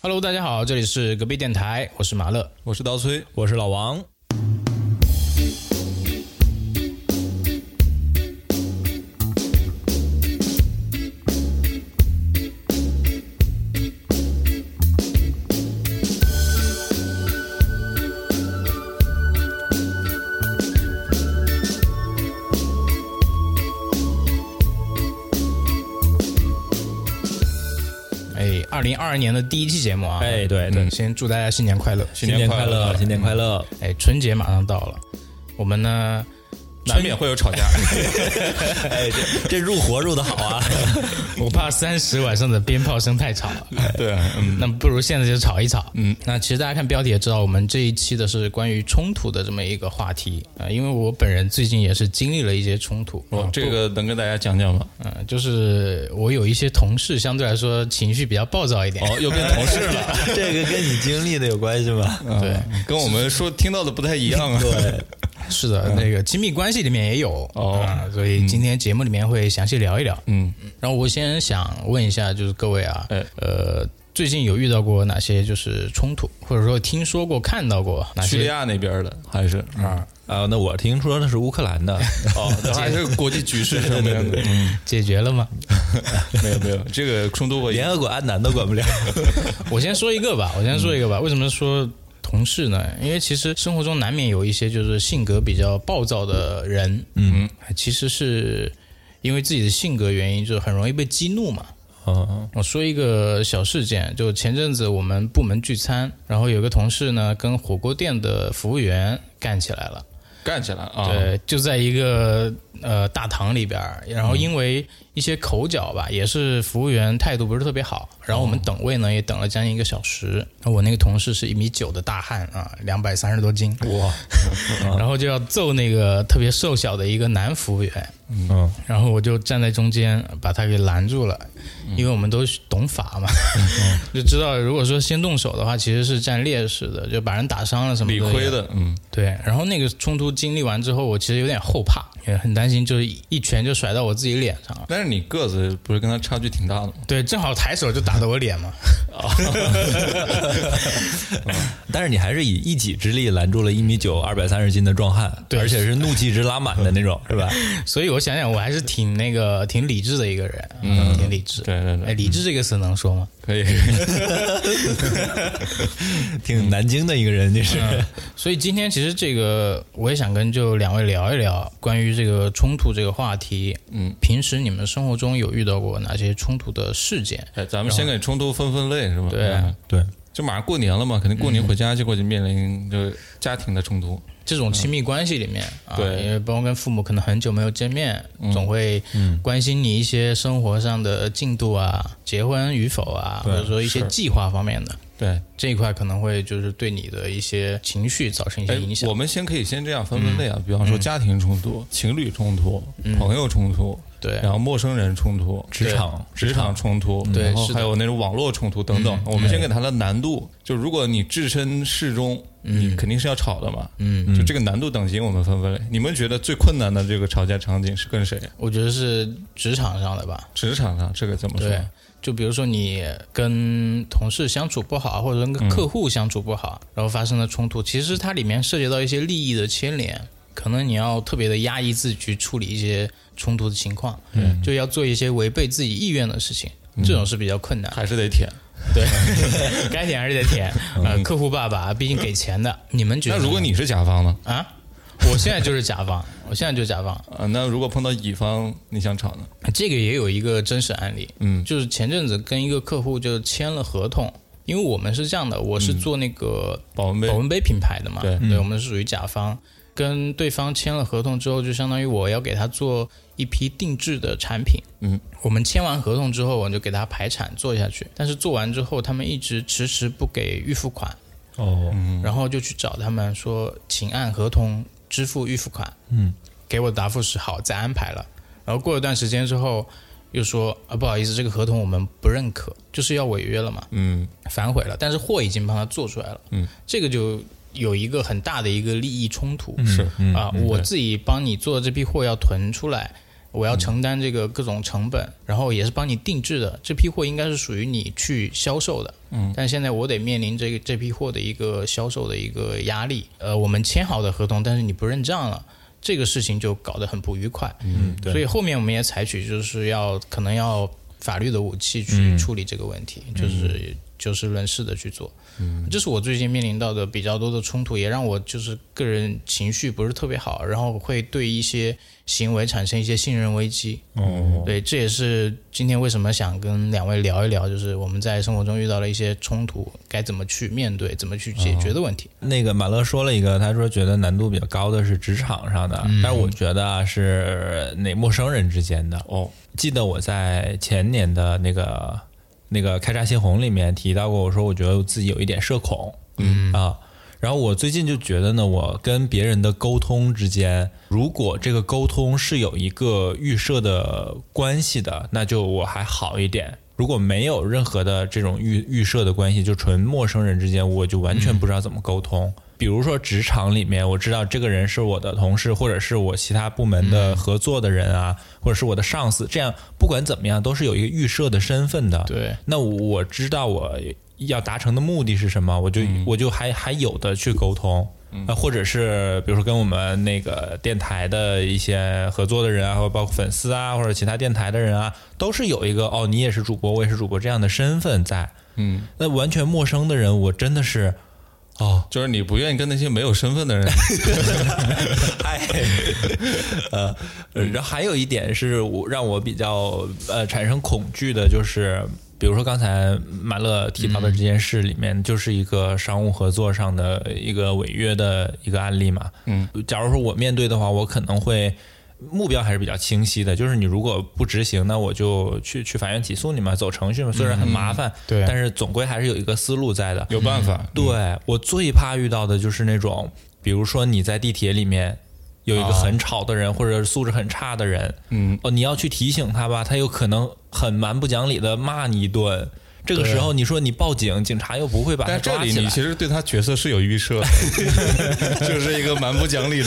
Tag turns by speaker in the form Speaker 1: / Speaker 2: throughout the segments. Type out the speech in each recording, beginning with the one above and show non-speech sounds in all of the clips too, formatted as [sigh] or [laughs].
Speaker 1: Hello，大家好，这里是隔壁电台，我是马乐。
Speaker 2: 我是刀崔，我是老王。
Speaker 1: 哎，二零二二年的第一期节目啊，
Speaker 2: 哎对对
Speaker 1: 嗯先祝大家新年快乐，
Speaker 2: 新年快乐，新年快乐！
Speaker 1: 哎，春节马上到了，我们呢，
Speaker 2: 难免会
Speaker 1: [laughs]
Speaker 2: 有吵架。哎，这这入活入的好
Speaker 3: [laughs]
Speaker 2: 啊！
Speaker 1: 我怕三十晚上的鞭炮声太吵了，
Speaker 2: [laughs]
Speaker 1: 哎
Speaker 2: 对，嗯，
Speaker 1: 那不如现在就吵一吵。嗯，那其实大家看标题也知道，我们这一期的是关于冲突的这么一个话题啊、呃因为我本人最近也是经历了一些冲突，
Speaker 3: 哦
Speaker 2: [laughs] 我哦这个能跟大家讲讲吗？
Speaker 1: 嗯、就是我有一些同事相对来说情绪比较暴躁一点，
Speaker 2: 哦，又变同事了，
Speaker 3: [laughs] 这个跟你经历的有关系
Speaker 2: [laughs]
Speaker 3: 吗？
Speaker 1: 对，
Speaker 2: 跟我们说听到的不太一样啊。
Speaker 3: 对，
Speaker 1: 是的，那个亲密关系里面也有
Speaker 2: 嗯哦
Speaker 1: 啊所以今天节目里面会详细聊一聊。
Speaker 2: 嗯，
Speaker 1: 然后我先想问一下，就是各位啊
Speaker 2: 哎，
Speaker 1: 呃，最近有遇到过哪些就是冲突，或者说听说过、看到过哪
Speaker 2: [laughs] 叙利
Speaker 1: 些？
Speaker 2: 亚那边的还是啊？
Speaker 3: 啊，那我听说那是乌克兰的，
Speaker 2: [laughs] 哦，
Speaker 1: [laughs]
Speaker 3: [laughs]
Speaker 2: 那还是国际局势什么样的？嗯，
Speaker 1: 解决了吗？
Speaker 2: 没有没有，这个冲突我
Speaker 3: 联合国安南都管不
Speaker 2: [laughs]
Speaker 3: 了。
Speaker 1: 我先说一个吧，我先说一
Speaker 2: 嗯
Speaker 1: 个吧。为什么说同事呢？因为其实生活中难免有一些就是性格比较暴躁的人，嗯，其实是因为自己的性格原因，就是很容易被激怒嘛。
Speaker 2: 哦
Speaker 3: 嗯，
Speaker 1: 我说一个小事件，就前阵子我们部门聚餐，然后有个同事呢跟火锅店的服务员干起来了。
Speaker 2: 干起来啊！，
Speaker 1: 对，就在一个呃大堂里边儿，然后因为一些口角吧，也是服务员态度不是特别好，然后我们等位呢也等了将近一个小时。我那个同事是一米九的大汉啊，两百三十多斤，
Speaker 3: 哇，
Speaker 1: [laughs] 然后就要揍那个特别瘦小的一个男服务员，
Speaker 3: 嗯，
Speaker 1: 然后我就站在中间把他给拦住了，
Speaker 2: 嗯
Speaker 1: 因为我们都懂法嘛， [laughs] 就知道如果说先动手的话，其实是占劣势的，就把人打伤了什么
Speaker 2: 理
Speaker 1: 的
Speaker 2: 亏
Speaker 1: 也
Speaker 2: 的，嗯，
Speaker 1: 对，然后那个冲突经历完之后，我其实有点后怕，也很担心，就是一拳就甩到我自己脸上了。
Speaker 2: 但是你个子不是跟他差距挺大的吗？
Speaker 1: 对，正好抬手就打到我脸
Speaker 2: [laughs]
Speaker 1: 嘛。
Speaker 3: 但是你还是以一己之力拦住了一米九、二百三十斤的壮汉，
Speaker 1: 对
Speaker 3: 而且是怒气值拉满的那种，是
Speaker 2: [laughs]
Speaker 3: 吧？
Speaker 1: 所以我想想，我还是挺那个挺理智的一个人，嗯，挺理智。
Speaker 2: 对对对
Speaker 1: 哎，理智这个词能说吗？
Speaker 2: 可以，
Speaker 3: 挺南京的一个人，你是。
Speaker 2: 嗯
Speaker 1: 所以今天其实这个我也想跟就两位聊一聊关于这个冲突这个话题。嗯，平时你们生活中有遇到过哪些冲突的事件？
Speaker 2: 哎，咱们先给冲突分分类是吧？
Speaker 1: 对
Speaker 2: 嗯
Speaker 3: 对，
Speaker 2: 就马上过年了嘛，肯定过年回家就会面临就家庭的冲突。
Speaker 1: 这种亲密关系里面，啊、
Speaker 2: 对嗯
Speaker 1: 因为包括跟父母可能很久没有见面，总会关心你一些生活上的进度啊、结婚与否啊，或者说一些计划方面的
Speaker 2: 对，
Speaker 1: 这一块，可能会就是对你的一些情绪造成一
Speaker 2: 哎
Speaker 1: 些影，响嗯
Speaker 2: 我。们先可以先这样分分类啊，比方说家庭冲突、情侣冲突、朋友冲突，
Speaker 1: 对
Speaker 2: 然后陌生人冲突、
Speaker 3: 职场
Speaker 2: 职场冲突，
Speaker 1: 对
Speaker 2: 然后
Speaker 1: 是的
Speaker 2: 还有那种网络冲突等等。我们先给它的难度，就如果你置身事中，你肯定是要吵的嘛。嗯，就这个难度等级我们分分类。你们觉得最困难的这个吵架场景是跟谁？
Speaker 1: 我觉得是职场上的吧，
Speaker 2: 职场上这个怎么说？
Speaker 1: 对。就比如说你跟同事相处不好，或者
Speaker 2: 嗯
Speaker 1: 跟客户相处不好，然后发生了冲突，其实它里面涉及到一些利益的牵连，可能你要特别的压抑自己去处理一些冲突的情况，嗯、就要做一些违背自己意愿的事情，
Speaker 2: 嗯
Speaker 1: 这种是比较困难。
Speaker 2: 还是得舔。
Speaker 1: 对， [laughs] 该舔还是得舔。呃，客户爸爸，毕竟给钱的，你们觉得
Speaker 2: 嗯那
Speaker 1: 呢？
Speaker 2: 如果你是甲方呢？
Speaker 1: 啊，我现在就是甲方，我现在就是甲方，
Speaker 2: 啊，那如果碰到乙方，你想吵呢？
Speaker 1: 这个也有一个真实案例，嗯，就是前阵子跟一个客户就签了合同，因为我们是这样的，我是做那个
Speaker 2: 保温杯
Speaker 1: 保温杯品牌的嘛，
Speaker 2: 嗯对
Speaker 1: 我们是属于甲方，跟对方签了合同之后，就相当于我要给他做一批定制的产品，
Speaker 2: 嗯，
Speaker 1: 我们签完合同之后，我就给他排产做下去，但是做完之后，他们一直迟迟不给预付款，
Speaker 3: 哦，
Speaker 1: 然后就去找他们说，请按合同支付预付款。嗯，给我的答复是好，再安排了。然后过了段时间之后，又说啊不好意思，这个合同我们不认可，就是要违约了嘛，
Speaker 2: 嗯，
Speaker 1: 反悔了。但是货已经帮他做出来了，嗯，这个就有一个很大的一个利益冲突。
Speaker 2: 是
Speaker 1: 啊，我自己帮你做这批货要囤出来，我要承担这个各种成本，然后也是帮你定制的。这批货应该是属于你去销售的，嗯，但现在我得面临这个这批货的一个销售的一个压力。呃，我们签好的合同，但是你不认账了。这个事情就搞得很不愉快，嗯，
Speaker 3: 对
Speaker 1: 所以后面我们也采取就是要可能要法律的武器去处理这个问题，就是就事论事的去做，嗯，这是我最近面临到的比较多的冲突，也让我就是个人情绪不是特别好，然后会对一些行为产生一些信任危机，
Speaker 2: 哦，
Speaker 1: 对，这也是今天为什么想跟两位聊一聊，就是我们在生活中遇到了一些冲突，该怎么去面对，怎么去解决的问题，
Speaker 3: 那个马乐说了一个，他说觉得难度比较高的是职场上的，但是我觉得啊是那陌生人之间的。
Speaker 2: 哦，
Speaker 3: 记得我在前年的那个那个开闸泄洪里面提到过，我说我觉得我自己有一点社恐，嗯啊，然后我最近就觉得呢，我跟别人的沟通之间，如果这个沟通是有一个预设的关系的，那就我还好一点。如果没有任何的这种预预设的关系，就纯陌生人之间，我就完全不知道怎么沟通。比如说职场里面，我知道这个人是我的同事，或者是我其他部门的合作的人啊，或者是我的上司，这样不管怎么样，都是有一个预设的身份的。
Speaker 1: 对，
Speaker 3: 那我知道我要达成的目的是什么，我就、我就还还有的去沟通。啊，或者是比如说跟我们那个电台的一些合作的人啊，或者包括粉丝啊，或者其他电台的人啊，都是有一个哦，你也是主播，我也是主播这样的身份在。
Speaker 2: 嗯，
Speaker 3: 那完全陌生的人，我真的是哦，
Speaker 2: 就是你不愿意跟那些没有身份的人， [laughs]
Speaker 3: [laughs] 哎，呃，然后还有一点是我让我比较呃产生恐惧的，就是比如说刚才马乐提到的这件事里面，就是一个商务合作上的一个违约的一个案例嘛。
Speaker 2: 嗯，
Speaker 3: 假如说我面对的话，我可能会。目标还是比较清晰的，就是你如果不执行，那我就去去法院起诉你嘛，走程序嘛，虽然很麻烦，
Speaker 1: 对
Speaker 3: 但是总归还是有一个思路在的。
Speaker 2: 有办法，
Speaker 3: 嗯对我最怕遇到的就是那种，比如说你在地铁里面有一个
Speaker 2: 啊
Speaker 3: 很吵的人，或者素质很差的人，
Speaker 2: 嗯，
Speaker 3: 哦，你要去提醒他吧，他有可能很蛮不讲理的骂你一顿。这个时候你说你报警，警察又不会把他
Speaker 2: 但这
Speaker 3: 抓
Speaker 2: 里
Speaker 3: 起
Speaker 2: 你
Speaker 3: 来。
Speaker 2: 其实对他角色是有预设的， [laughs] 就是一个蛮不讲理的。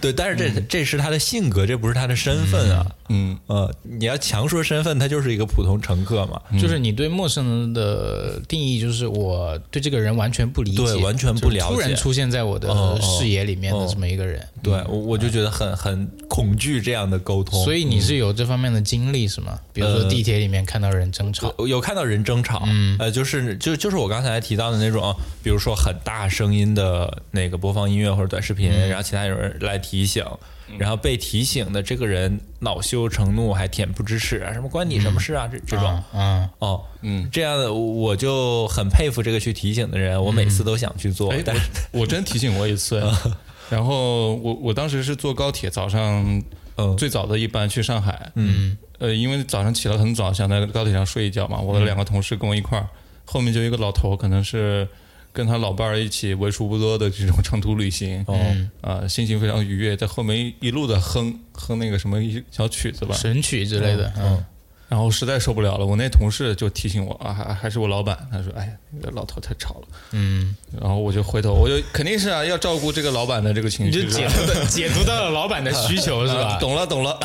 Speaker 3: 对，但是这这是他的性格，这不是他的身份啊。
Speaker 2: 嗯，嗯
Speaker 3: 呃，你要强说身份，他就是一个普通乘客嘛。
Speaker 1: 就是你对陌生人的定义，就是我对这个人完全不理解，
Speaker 3: 对完全不了
Speaker 1: 就
Speaker 3: 解
Speaker 1: 是突然出现在我
Speaker 3: 哦
Speaker 1: 的
Speaker 3: 哦
Speaker 1: 视野里面的
Speaker 3: 哦
Speaker 1: 这么一个人，
Speaker 3: 对，我我
Speaker 2: 哎
Speaker 3: 就觉得很很恐惧这样的沟通。
Speaker 1: 所以你是有这方面的经历是吗？比如说地铁里面看到人争吵，
Speaker 3: 呃有有看到人争吵，呃，就是就就是我刚才提到的那种，比如说很大声音的那个播放音乐或者短视频，然后其他有人来提醒，
Speaker 2: 嗯
Speaker 3: 然后被提醒的这个人恼羞成怒，还恬不知耻啊，什么关你什么事啊，这这种。
Speaker 1: 嗯，
Speaker 3: 哦，嗯，这样的我就很佩服这个去提醒的人，我每次都想去做，
Speaker 2: 哎
Speaker 3: 但是
Speaker 2: 我真提醒我一次， [laughs] 然后我我当时是坐高铁，早上
Speaker 3: 嗯
Speaker 2: 最早的一班去上海，嗯，呃，因为早上起得很早，想在高铁上睡一觉嘛。我的两个同事跟我一块儿，后面就有一个老头，可能是跟他老伴儿一起为数不多的这种长途旅行，
Speaker 3: 嗯
Speaker 2: 哦，啊，心情非常愉悦，在后面一路的哼哼那个什么一小曲子吧，
Speaker 1: 神曲之类的，嗯，
Speaker 2: 然后实在受不了了，我那同事就提醒我啊，还还是我老板，他说，哎，那个老头太吵了，
Speaker 1: 嗯，
Speaker 2: 然后我就回头，我就肯定是啊，要照顾这个老板的这个情
Speaker 1: 你
Speaker 2: 绪
Speaker 1: 就，解读的解读到了老板的需求是
Speaker 2: 啊
Speaker 1: [laughs] 吧？
Speaker 2: 懂了懂了，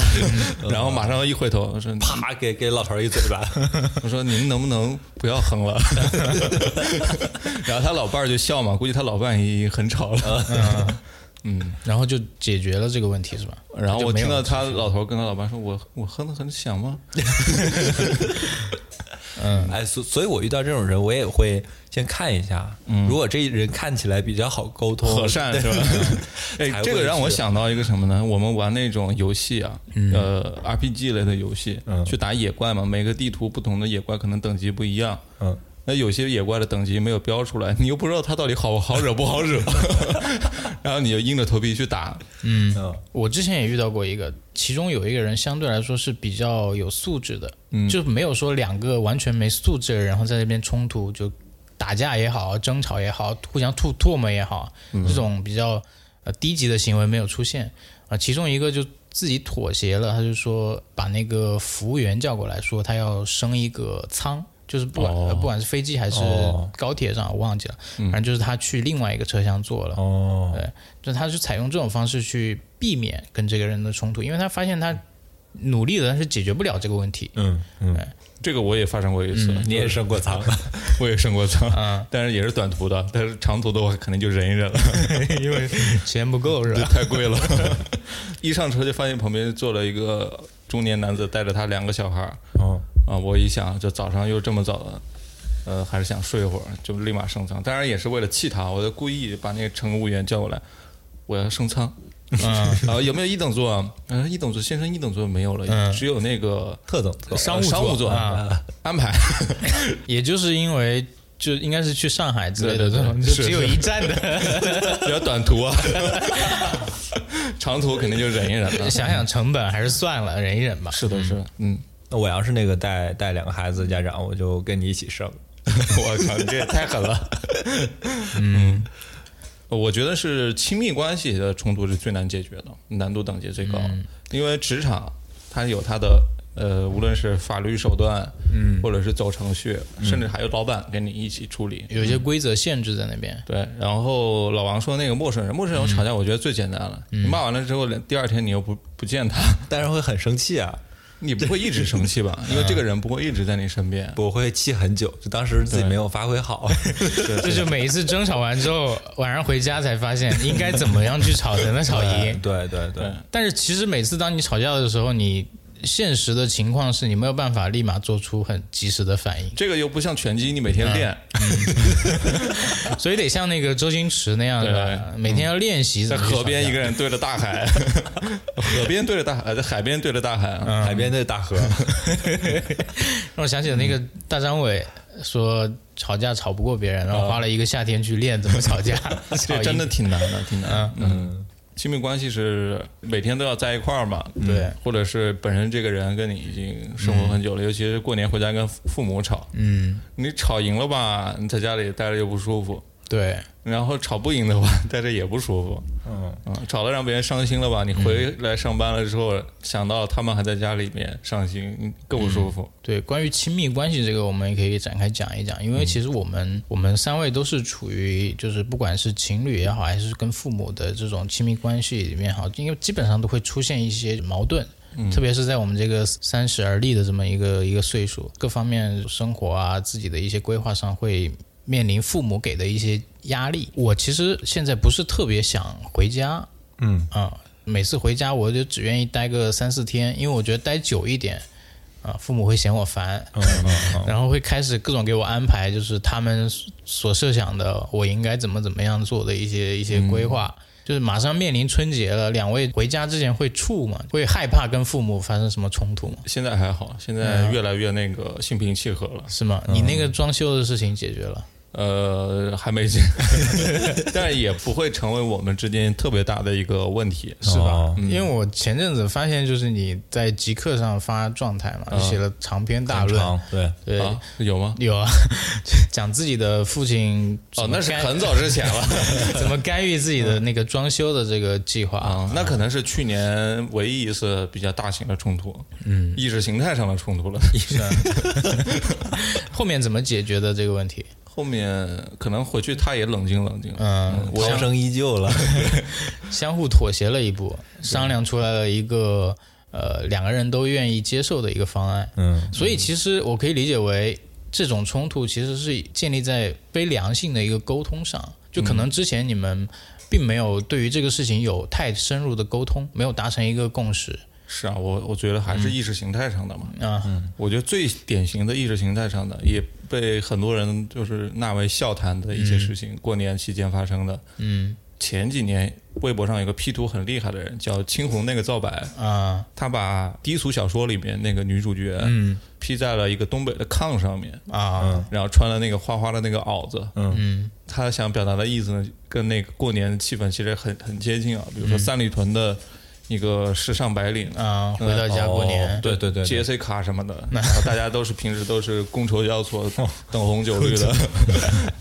Speaker 2: 然后马上一回头，我说
Speaker 3: 啪给给老头儿一嘴巴，
Speaker 2: 我说您能不能不要哼了？ [laughs] 然后他老伴儿就笑嘛，估计他老伴已经很吵
Speaker 1: 呃
Speaker 2: [laughs] 了。
Speaker 1: 然后就解决了这个问题是吧？
Speaker 2: 然后我
Speaker 1: 就没有
Speaker 2: 听到他老头跟他老伴说：“我我哼的很响吗
Speaker 3: [laughs] 哎，所所以，我遇到这种人，我也会先看一下，如果这人看起来比较好沟？”通、
Speaker 2: 和善是吧？
Speaker 1: [laughs]
Speaker 3: 才
Speaker 2: 哎，
Speaker 3: 会
Speaker 2: 这个让我
Speaker 3: 去
Speaker 2: 想到一个什么呢？我们玩那种游戏啊，
Speaker 1: 嗯
Speaker 2: 呃，RPG 类的游戏，去打野怪嘛，每个地图不同的野怪可能等级不一样。
Speaker 3: 嗯，
Speaker 2: 那有些野怪的等级没有标出来，你又不知道它到底好好惹不
Speaker 3: [laughs]
Speaker 2: 好惹，然后你就硬着头皮去打。
Speaker 3: 嗯
Speaker 1: 我之前也遇到过一个，其中有一个人相对来说是比较有素质的，就没有说两个完全没素质的人，然后在那边冲突，就打架也好，争吵也好，互相吐唾沫也好，这种比较呃低级的行为没有出现啊、其中一个就自己妥协了，他就说把那个服务员叫过来说他要升一个舱，就是不管、呃
Speaker 2: 哦
Speaker 1: 不管是飞机还是
Speaker 3: 哦
Speaker 1: 高铁上，我忘记了，反正就是他去另外一个车厢坐了。
Speaker 3: 哦，
Speaker 1: 对就他是采用这种方式去避免跟这个人的冲突，因为他发现他努力了，但是解决不了这个问题。
Speaker 3: 嗯嗯，
Speaker 2: 这个我也发生过一次，
Speaker 3: 你也啊升过舱了，
Speaker 2: 我也
Speaker 3: [laughs]
Speaker 2: 升过舱，但是也是短途的，但是长途的话肯定就忍一忍了，
Speaker 1: [laughs] 因为钱不够是
Speaker 2: 这
Speaker 1: 吧？
Speaker 2: 太
Speaker 3: [laughs]
Speaker 2: 贵了。一上车就发现旁边坐了一个中年男子，带着他两个小孩儿
Speaker 3: [laughs] 哦，
Speaker 2: 啊，我一想就早上又这么早了。呃，还是想睡会儿，就立马升舱。当然也是为了气他，我就故意把那个乘务员叫过来，我要升 [laughs] 舱。
Speaker 1: 嗯，
Speaker 2: 啊，有没有一等座啊？嗯、一等座，先生一等座没有了，
Speaker 1: 嗯
Speaker 2: 只有那个
Speaker 3: 特等座，
Speaker 2: 呃商务商务座
Speaker 1: 啊
Speaker 2: 安排。
Speaker 1: [laughs] 也就是因为就应该是去上海之类的
Speaker 2: 对对
Speaker 1: 这
Speaker 2: 对
Speaker 1: 种，就是只有一站的。 [laughs]
Speaker 2: 比较短途啊， [laughs] 长途肯定就忍一忍了。
Speaker 1: 想想成本还是算了，忍一忍吧。
Speaker 2: [laughs] 是的，是的，嗯，
Speaker 3: 那我要是那个带带两个孩子的家长，我就跟你一起 [laughs] 升。
Speaker 2: 我靠，你这也
Speaker 3: [laughs]
Speaker 2: 太狠了。嗯，我觉得是亲密关系的冲突是最难解决的，难度等级最高，因为职场它有它的。呃，无论是法律手段，嗯，或者是走程序，甚至还有老板跟你一起处理，
Speaker 1: 有些规则限制在那边。
Speaker 2: 对，然后老王说那个陌生人，陌生人吵架，我觉得最简单了。你骂完了之后，连第二天你又不不见他，
Speaker 3: 但是会很生气啊，
Speaker 2: 你不会一直生气吧？因为这个人不会一直在你身边。
Speaker 3: 我会气很久，就当时自己没有发挥 [laughs] 好。
Speaker 1: 这就每一次争吵完之后，晚上回家才发现应该怎么样去吵才能 [laughs] 吵赢。
Speaker 3: [laughs] 对对对，
Speaker 1: 但是其实每次当你吵架的时候，你现实的情况是你没有办法立马做出很及时的反应，
Speaker 2: 这个又不像拳击，你每天练，
Speaker 1: 所以得像那个周星驰那样的，每天要练习
Speaker 2: 在
Speaker 1: 怎么去
Speaker 2: 河边
Speaker 1: 吵
Speaker 2: 一
Speaker 1: 架
Speaker 2: 个人对着大海，河边对着大海，在海边对着大海啊。
Speaker 3: 海边的大河，
Speaker 1: 让我想起了那个
Speaker 2: 嗯
Speaker 1: 大张伟说吵架吵不过别人，然后花了一个夏天去练怎么吵架，吵
Speaker 2: 啊 [laughs] 这
Speaker 1: 赢
Speaker 2: 真的挺难的，挺难。嗯，亲密关系是每天都要在一块儿嘛，
Speaker 1: [laughs] 对，
Speaker 2: 或者是本身这个人跟你已经生活很久了，尤其是过年回家跟父父母吵，
Speaker 1: 嗯，
Speaker 2: 你吵赢了吧，你在家里待着又不舒服，
Speaker 1: 对，
Speaker 2: 然后吵不赢的话， [laughs] 在这也不舒服。嗯吵得让别人伤心了吧？你回来上班了之后，想到他们还在家里面伤心，你更不舒服。
Speaker 1: 对，关于亲密关系这个，我们也可以展开讲一讲，因为其实我们、我们三位都是处于就是不管是情侣也好，还是跟父母的这种亲密关系里面也好，因为基本上都会出现一些矛盾。特别是在我们这个三十而立的这么一个一个岁数，各方面生活啊，自己的一些规划上会面临父母给的一些压力。我其实现在不是特别想回家，
Speaker 3: 嗯
Speaker 1: 啊、每次回家我就只愿意待个三四天，因为我觉得待久一点，啊，父母会嫌我烦，
Speaker 3: 嗯 [laughs] 嗯
Speaker 1: 然后会开始各种给我安排，就是他们所设想的我应该怎么怎么样做的一些一些规划。就是马上面临春节了，两位回家之前会怵吗？会害怕跟父母发生什么冲突吗？
Speaker 2: 现在还好，现在越来越那个心平气和了。
Speaker 1: 是吗？你那个装修的事情解决了，
Speaker 2: 呃，还没见，但也不会成为我们之间特别大的一个问题，
Speaker 3: 嗯，
Speaker 2: 是吧？
Speaker 3: 哦？
Speaker 1: 因为我前阵子发现，就是你在极客上发状态嘛，就写了长篇大
Speaker 3: 很
Speaker 1: 论，
Speaker 3: 长对，
Speaker 1: 对，
Speaker 2: 啊，有吗？
Speaker 1: 有啊， [laughs] 讲自己的父亲
Speaker 2: 哦
Speaker 1: 怎，么
Speaker 2: 那是
Speaker 1: 干
Speaker 2: 很早之前了
Speaker 1: 怎么干预自己的那个装修的这个计划啊。
Speaker 2: 啊，那可能是去年唯一一次比较大型的冲突，嗯，意识形态上的冲突了。
Speaker 1: 后面怎么解决的这个问题？
Speaker 2: 后面可能回去他也冷静冷静，
Speaker 1: 嗯，
Speaker 3: 涛声依旧 [laughs] 了，
Speaker 1: 相互妥协了一步，商量出来了一个呃两个人都愿意接受的一个方案。
Speaker 3: 嗯，
Speaker 1: 所以其实我可以理解为，这种冲突其实是建立在非良性的一个沟通上，就可能之前你们并没有对于这个事情有太深入的沟通，没有达成一个共识
Speaker 2: 是啊，我我觉得还是意识形态上的嘛。
Speaker 1: 啊。
Speaker 2: 我觉得最典型的意识形态上的，也被很多人就是纳为笑谈的一些事情，过年期间发生的。
Speaker 1: 嗯
Speaker 2: 前几年微博上有个 P 图很厉害的人，叫青红那个造白，
Speaker 1: 啊
Speaker 2: 他把低俗小说里面那个女主角
Speaker 1: 嗯
Speaker 2: P 在了一个东北的炕上面，
Speaker 1: 啊
Speaker 2: 然后穿了那个花花的那个袄子。
Speaker 1: 嗯
Speaker 2: 他想表达的意思呢，跟那个过年的气氛其实很很接近啊。比如
Speaker 1: 嗯
Speaker 2: 说三里屯的一个时尚白领，
Speaker 1: 啊，回到家过
Speaker 3: 哦
Speaker 1: 年，
Speaker 3: 对对对，对
Speaker 2: GSA 卡什么的，然后
Speaker 3: 哦 [laughs]
Speaker 2: 大家都是平时都是觥筹交错、等红酒绿的，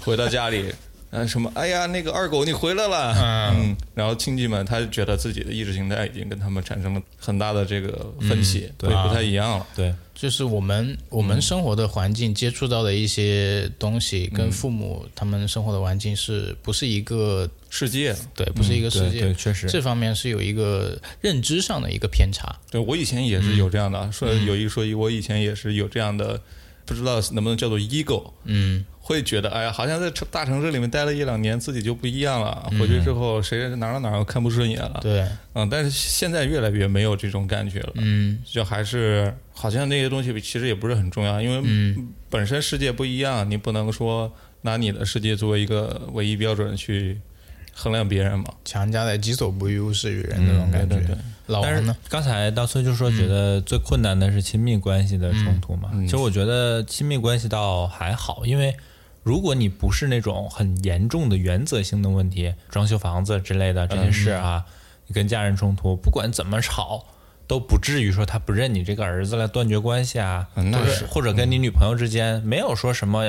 Speaker 2: 回到家里呃，什么？哎呀，那个二狗你回来了，
Speaker 3: 啊
Speaker 2: 嗯，然后亲戚们他就觉得自己的意识形态已经跟他们产生了很大的这个分歧，
Speaker 3: 嗯对啊
Speaker 2: 会不太一样了。
Speaker 3: 对，
Speaker 1: 就是我们我们生活的环境接触到的一些东西，跟父母他们生活的环境是不是一个
Speaker 2: 世界，
Speaker 1: 嗯对，不是一个世
Speaker 3: 对对，
Speaker 1: 界？
Speaker 3: 确实，
Speaker 1: 这方面是有一个认知上的一个偏差。
Speaker 2: 对我以前也是有这样的，
Speaker 3: 嗯
Speaker 2: 说有一说一，我以前也是有这样的，不知道能不能叫做 ego，
Speaker 1: 嗯，
Speaker 2: 会觉得哎呀，好像在大城市里面待了一两年，自己就不一样了，回去之后谁哪儿哪儿看不顺眼了，
Speaker 1: 对，
Speaker 2: 嗯，但是现在越来越没有这种感觉了，
Speaker 1: 嗯
Speaker 2: 就还是好像那些东西其实也不是很重要，因为本身世界不一样，你不能说拿你的世界作为一个唯一标准去衡量别人嘛。
Speaker 1: 强加在己所不欲，勿施于人那种感觉。
Speaker 2: 对对对
Speaker 1: 老
Speaker 3: 但
Speaker 1: 王
Speaker 3: 是
Speaker 1: 呢？
Speaker 3: 刚才大崔就说，觉得最困难的是亲密关系的冲突
Speaker 1: 嗯
Speaker 3: 嘛。其实我觉得亲密关系倒还好，因为如果你不是那种很严重的原则性的问题，装修房子之类的这些事啊，
Speaker 1: 嗯
Speaker 3: 你跟家人冲突，不管怎么吵，都不至于说他不认你这个儿子了，断绝关系啊，
Speaker 2: 嗯那
Speaker 3: 或者
Speaker 2: 是
Speaker 3: 或者跟你女朋友之间没有说什么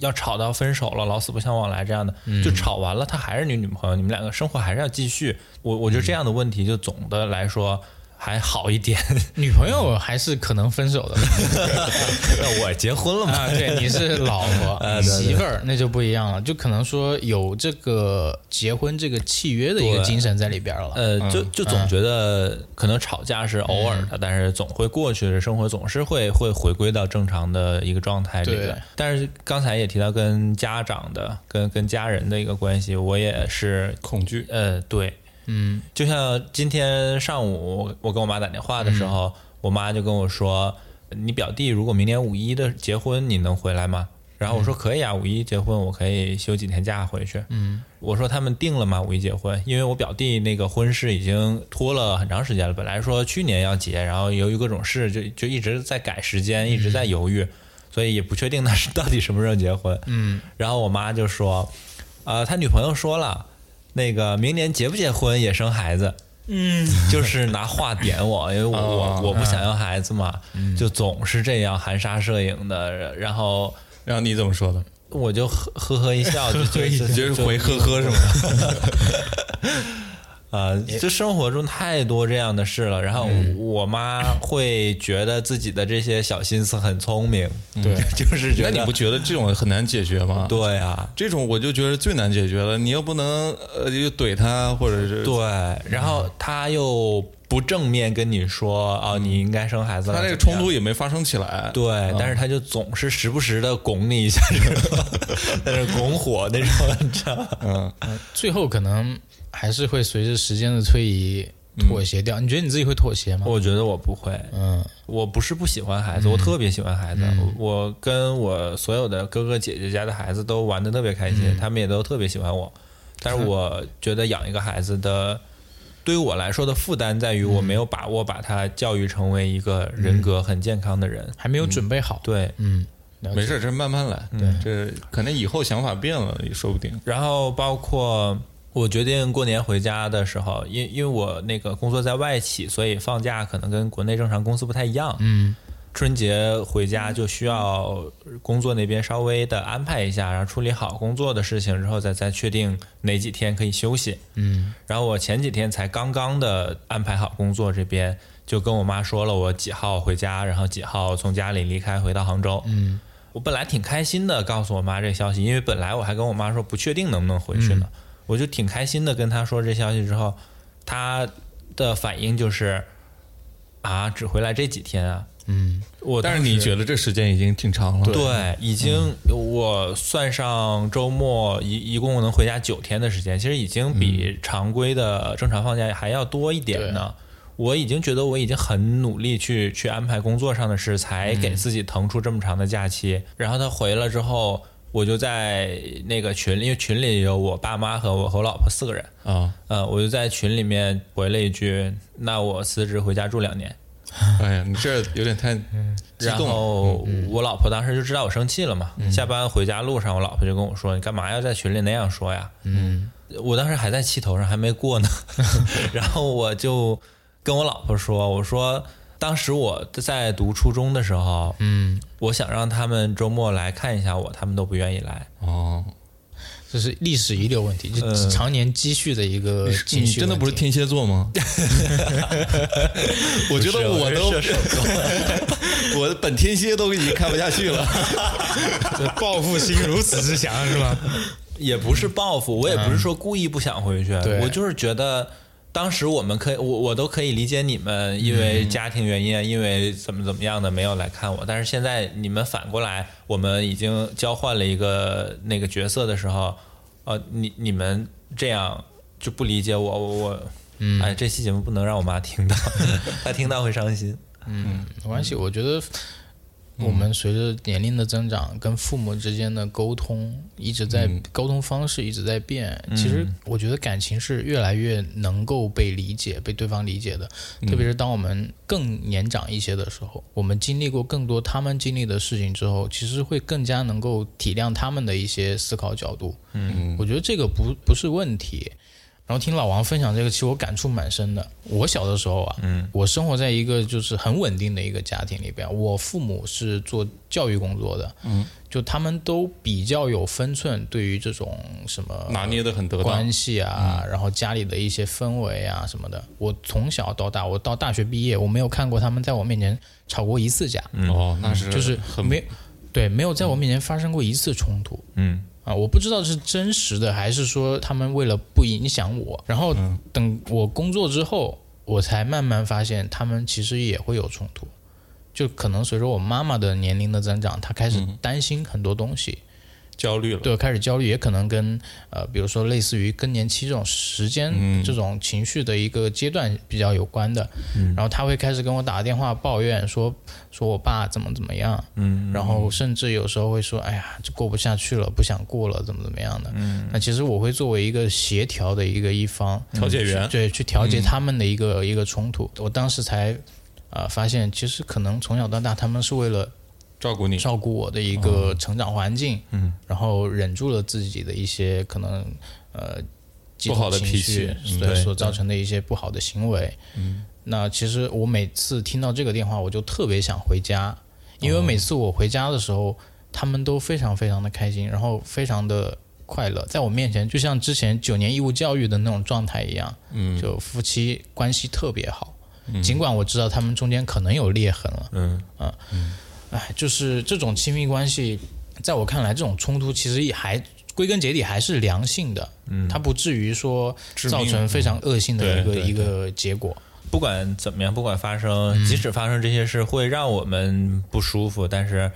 Speaker 3: 要吵到分手了，老死不相往来这样的，就吵完了，她还是你女朋友，你们两个生活还是要继续。我我觉得这样的问题就总的来说还好一点。 [laughs]
Speaker 1: 女朋友还是可能分 [laughs] 手的
Speaker 3: 那我结婚了嘛？
Speaker 1: 啊？对，你是老 [laughs] 婆、媳妇儿，那就不一样了，就可能说有这个结婚这个契约的一个
Speaker 3: 对
Speaker 1: 精神在里边了。
Speaker 3: 呃，就就总觉得可能吵架是偶尔的，但是总会过去的，生活总是会会回归到正常的一个状态里
Speaker 1: 对
Speaker 3: 的。但是刚才也提到跟家长的、跟跟家人的一个关系，我也是
Speaker 2: 恐惧，
Speaker 3: 呃，对，
Speaker 1: 嗯
Speaker 3: 就像今天上午我跟我妈打电话的时候，我妈就跟我说：“你表弟如果明年五一的结婚，你能回来吗？”然后我说：“可以啊，五一结婚我可以休几天假回去。”
Speaker 1: 嗯，
Speaker 3: 我说他们定了吗？五一结婚，因为我表弟那个婚事已经拖了很长时间了，本来说去年要结，然后由于各种事就就一直在改时间，一直在犹豫，所以也不确定他是到底什么时候结婚。
Speaker 1: 嗯，
Speaker 3: 然后我妈就说，呃，他女朋友说了，那个明年结不结婚也生孩子。嗯，就是拿话点我，因为我、
Speaker 2: 哦
Speaker 3: 我我不想要孩子嘛，就总是这样含沙射影的，然后
Speaker 2: 然后你怎么说的？
Speaker 3: 我就呵呵呵一笑，就就
Speaker 2: 你就是
Speaker 3: 就
Speaker 2: 回呵呵是吗？
Speaker 3: 呃，就生活中太多这样的事了。然后我妈会觉得自己的这些小心思很聪明，
Speaker 1: 对，
Speaker 3: [laughs] 就是觉
Speaker 2: [laughs] 那
Speaker 3: 得
Speaker 2: 你不觉得这种很难解决吗？
Speaker 3: 对啊，
Speaker 2: 这种我就觉得最难解决了，你又不能呃就怼他，或者是
Speaker 3: 对。然后她又不正面跟你说哦，你应该生孩子了，
Speaker 2: 他这个
Speaker 3: 怎么
Speaker 2: 冲
Speaker 3: 样
Speaker 2: 突也没发生起来。
Speaker 3: 对，但是他就总是时不时的拱你一下， [laughs] 在那拱火那种，你知道吗？
Speaker 1: 最后可能还是会随着时间的推移妥协掉。你觉得你自己会妥协吗？
Speaker 3: [laughs] 我觉得我不会，
Speaker 1: 嗯
Speaker 3: 我不是不喜欢孩子，我特别喜欢孩子。我我跟我所有的哥哥姐姐家的孩子都玩的特别开心，他们也都特别喜欢我。但是 [laughs] 我觉得养一个孩子的，对于我来说的负担在于我没有把握把他教育成为一个人格很健康的人。
Speaker 1: 还没有准备好。
Speaker 3: 对，
Speaker 1: 嗯，了解
Speaker 2: 没事，这慢慢来。对，这可能以后想法变了也说不定。
Speaker 3: 然后包括我决定过年回家的时候，因因为我那个工作在外企，所以放假可能跟国内正常公司不太一样。
Speaker 1: 嗯，
Speaker 3: 春节回家就需要工作那边稍微的安排一下，然后处理好工作的事情之后再，再确定哪几天可以休息。
Speaker 1: 嗯，
Speaker 3: 然后我前几天才刚刚的安排好工作这边，就跟我妈说了我几号回家，然后几号从家里离开回到杭州。嗯，我本来挺开心的，告诉我妈这消息，因为本来我还跟我妈说不确定能不能回去呢，我就挺开心的跟她说这消息之后，她的反应就是啊，只回来这几天啊。
Speaker 1: 嗯，
Speaker 3: 我
Speaker 2: 但是
Speaker 3: 当时
Speaker 2: 你觉得这时间已经挺长了，
Speaker 3: 对，已经、我算上周末一一共能回家九天的时间，其实已经比常规的正常放假还要多一点呢。我已经觉得我已经很努力去去安排工作上的事，才给自己腾出这么长的假期。然后他回了之后，我就在那个群里，因为群里有我爸妈和我和我老婆四个人，
Speaker 2: 啊，
Speaker 3: 呃，我就在群里面回了一句：“那我辞职回家住两年。”
Speaker 2: 哎呀，你这有点太激
Speaker 3: 然
Speaker 2: 动嗯了。
Speaker 3: 后我老婆当时就知道我生气了嘛。下班回家路上，我老婆就跟我说：“你干嘛要在群里那样说呀？”嗯，我当时还在气头上，还没过
Speaker 2: [laughs]
Speaker 3: 呢。然后我就跟我老婆说：“我说当时我在读初中的时候，嗯，我想让他们周末来看一下我，他们都不愿意来。
Speaker 2: 哦，
Speaker 1: 这是历史遗留问题，就
Speaker 3: 呃
Speaker 1: 常年积蓄的一个
Speaker 2: 你
Speaker 1: 情绪。
Speaker 2: 真的不是天蝎座吗？我觉得我都， [laughs] 我本天蝎都已经看不下去了。
Speaker 1: 报复心如此之强，是吧？
Speaker 3: 也不是报复，我也不是说故意不想回去，
Speaker 1: 对
Speaker 3: 我就是觉得当时我们可以，我我都可以理解你们因为家庭原因，因为怎么怎么样的没有来看我，但是现在你们反过来，我们已经交换了一个那个角色的时候，呃，你你们这样就不理解我，我我。嗯，哎，这期节目不能让我妈听到，她听到会伤心。
Speaker 1: 没关系，我觉得我们随着年龄的增长，跟父母之间的沟通一直在、沟通方式一直在变。其实我觉得感情是越来越能够被理解、被对方理解的，特别是当我们更年长一些的时候，我们经历过更多他们经历的事情之后，其实会更加能够体谅他们的一些思考角度。嗯，我觉得这个不不是问题。然后听老王分享这个，其实我感触蛮深的。我小的时候啊，嗯，我生活在一个就是很稳定的一个家庭里边，我父母是做教育工作的，嗯，就他们都比较有分寸，对于这种什么
Speaker 2: 拿捏的很得嗯当
Speaker 1: 关，系啊，然后家里的一些氛围啊什么的。我从小到大，我到大学毕业，我没有看过他们在我面前吵过一次架，
Speaker 2: 哦，那是
Speaker 1: 就是
Speaker 2: 很
Speaker 1: 没对没有在我面前发生过一次冲突。
Speaker 3: 嗯
Speaker 1: 啊，我不知道是真实的还是说他们为了不影响我，然后
Speaker 2: 嗯
Speaker 1: 等我工作之后，我才慢慢发现他们其实也会有冲突，就可能随着我妈妈的年龄的增长，她开始担心很多东西，
Speaker 2: 嗯焦虑了。
Speaker 1: 对，开始焦虑，也可能跟呃，比如说类似于更年期这种时间、
Speaker 2: 嗯
Speaker 1: 这种情绪的一个阶段比较有关的。
Speaker 2: 嗯
Speaker 1: 然后他会开始跟我打电话抱怨说，说我爸怎么怎么样，嗯，然后甚至有时候会说，哎呀，这过不下去了，不想过了，怎么怎么样的。嗯，那其实我会作为一个协调的一个一方，
Speaker 2: 调解员嗯
Speaker 1: 去对，去调节他们的一个、一个冲突。我当时才。啊、发现其实可能从小到大，他们是为了
Speaker 2: 照顾你，
Speaker 1: 照顾我的一个成长环境，嗯，然后忍住了自己的一些可能呃激动
Speaker 2: 不好的
Speaker 1: 情
Speaker 2: 脾
Speaker 1: 绪
Speaker 2: 气嗯
Speaker 1: 对
Speaker 3: 对
Speaker 1: 所造成的一些不好的行为。嗯，那其实我每次听到这个电话，我就特别想回家，因为每次我回家的时候，他们都非常非常的开心，然后非常的。快乐在我面前，就像之前九年义务教育的那种状态一样，嗯，就夫妻关系特别好。尽管我知道他们中间可能有裂痕了，啊
Speaker 3: 嗯，
Speaker 1: 哎，就是这种亲密关系，在我看来，这种冲突其实也还归根结底还是良性的，嗯，它不至于说
Speaker 2: 致
Speaker 1: 造
Speaker 2: 命
Speaker 1: 成非常恶性的一
Speaker 2: 对
Speaker 1: 个
Speaker 2: 对
Speaker 1: 一个结果。
Speaker 3: 不管怎么样，不管发生，
Speaker 1: 嗯
Speaker 3: 即使发生这些事会让我们不舒服，但是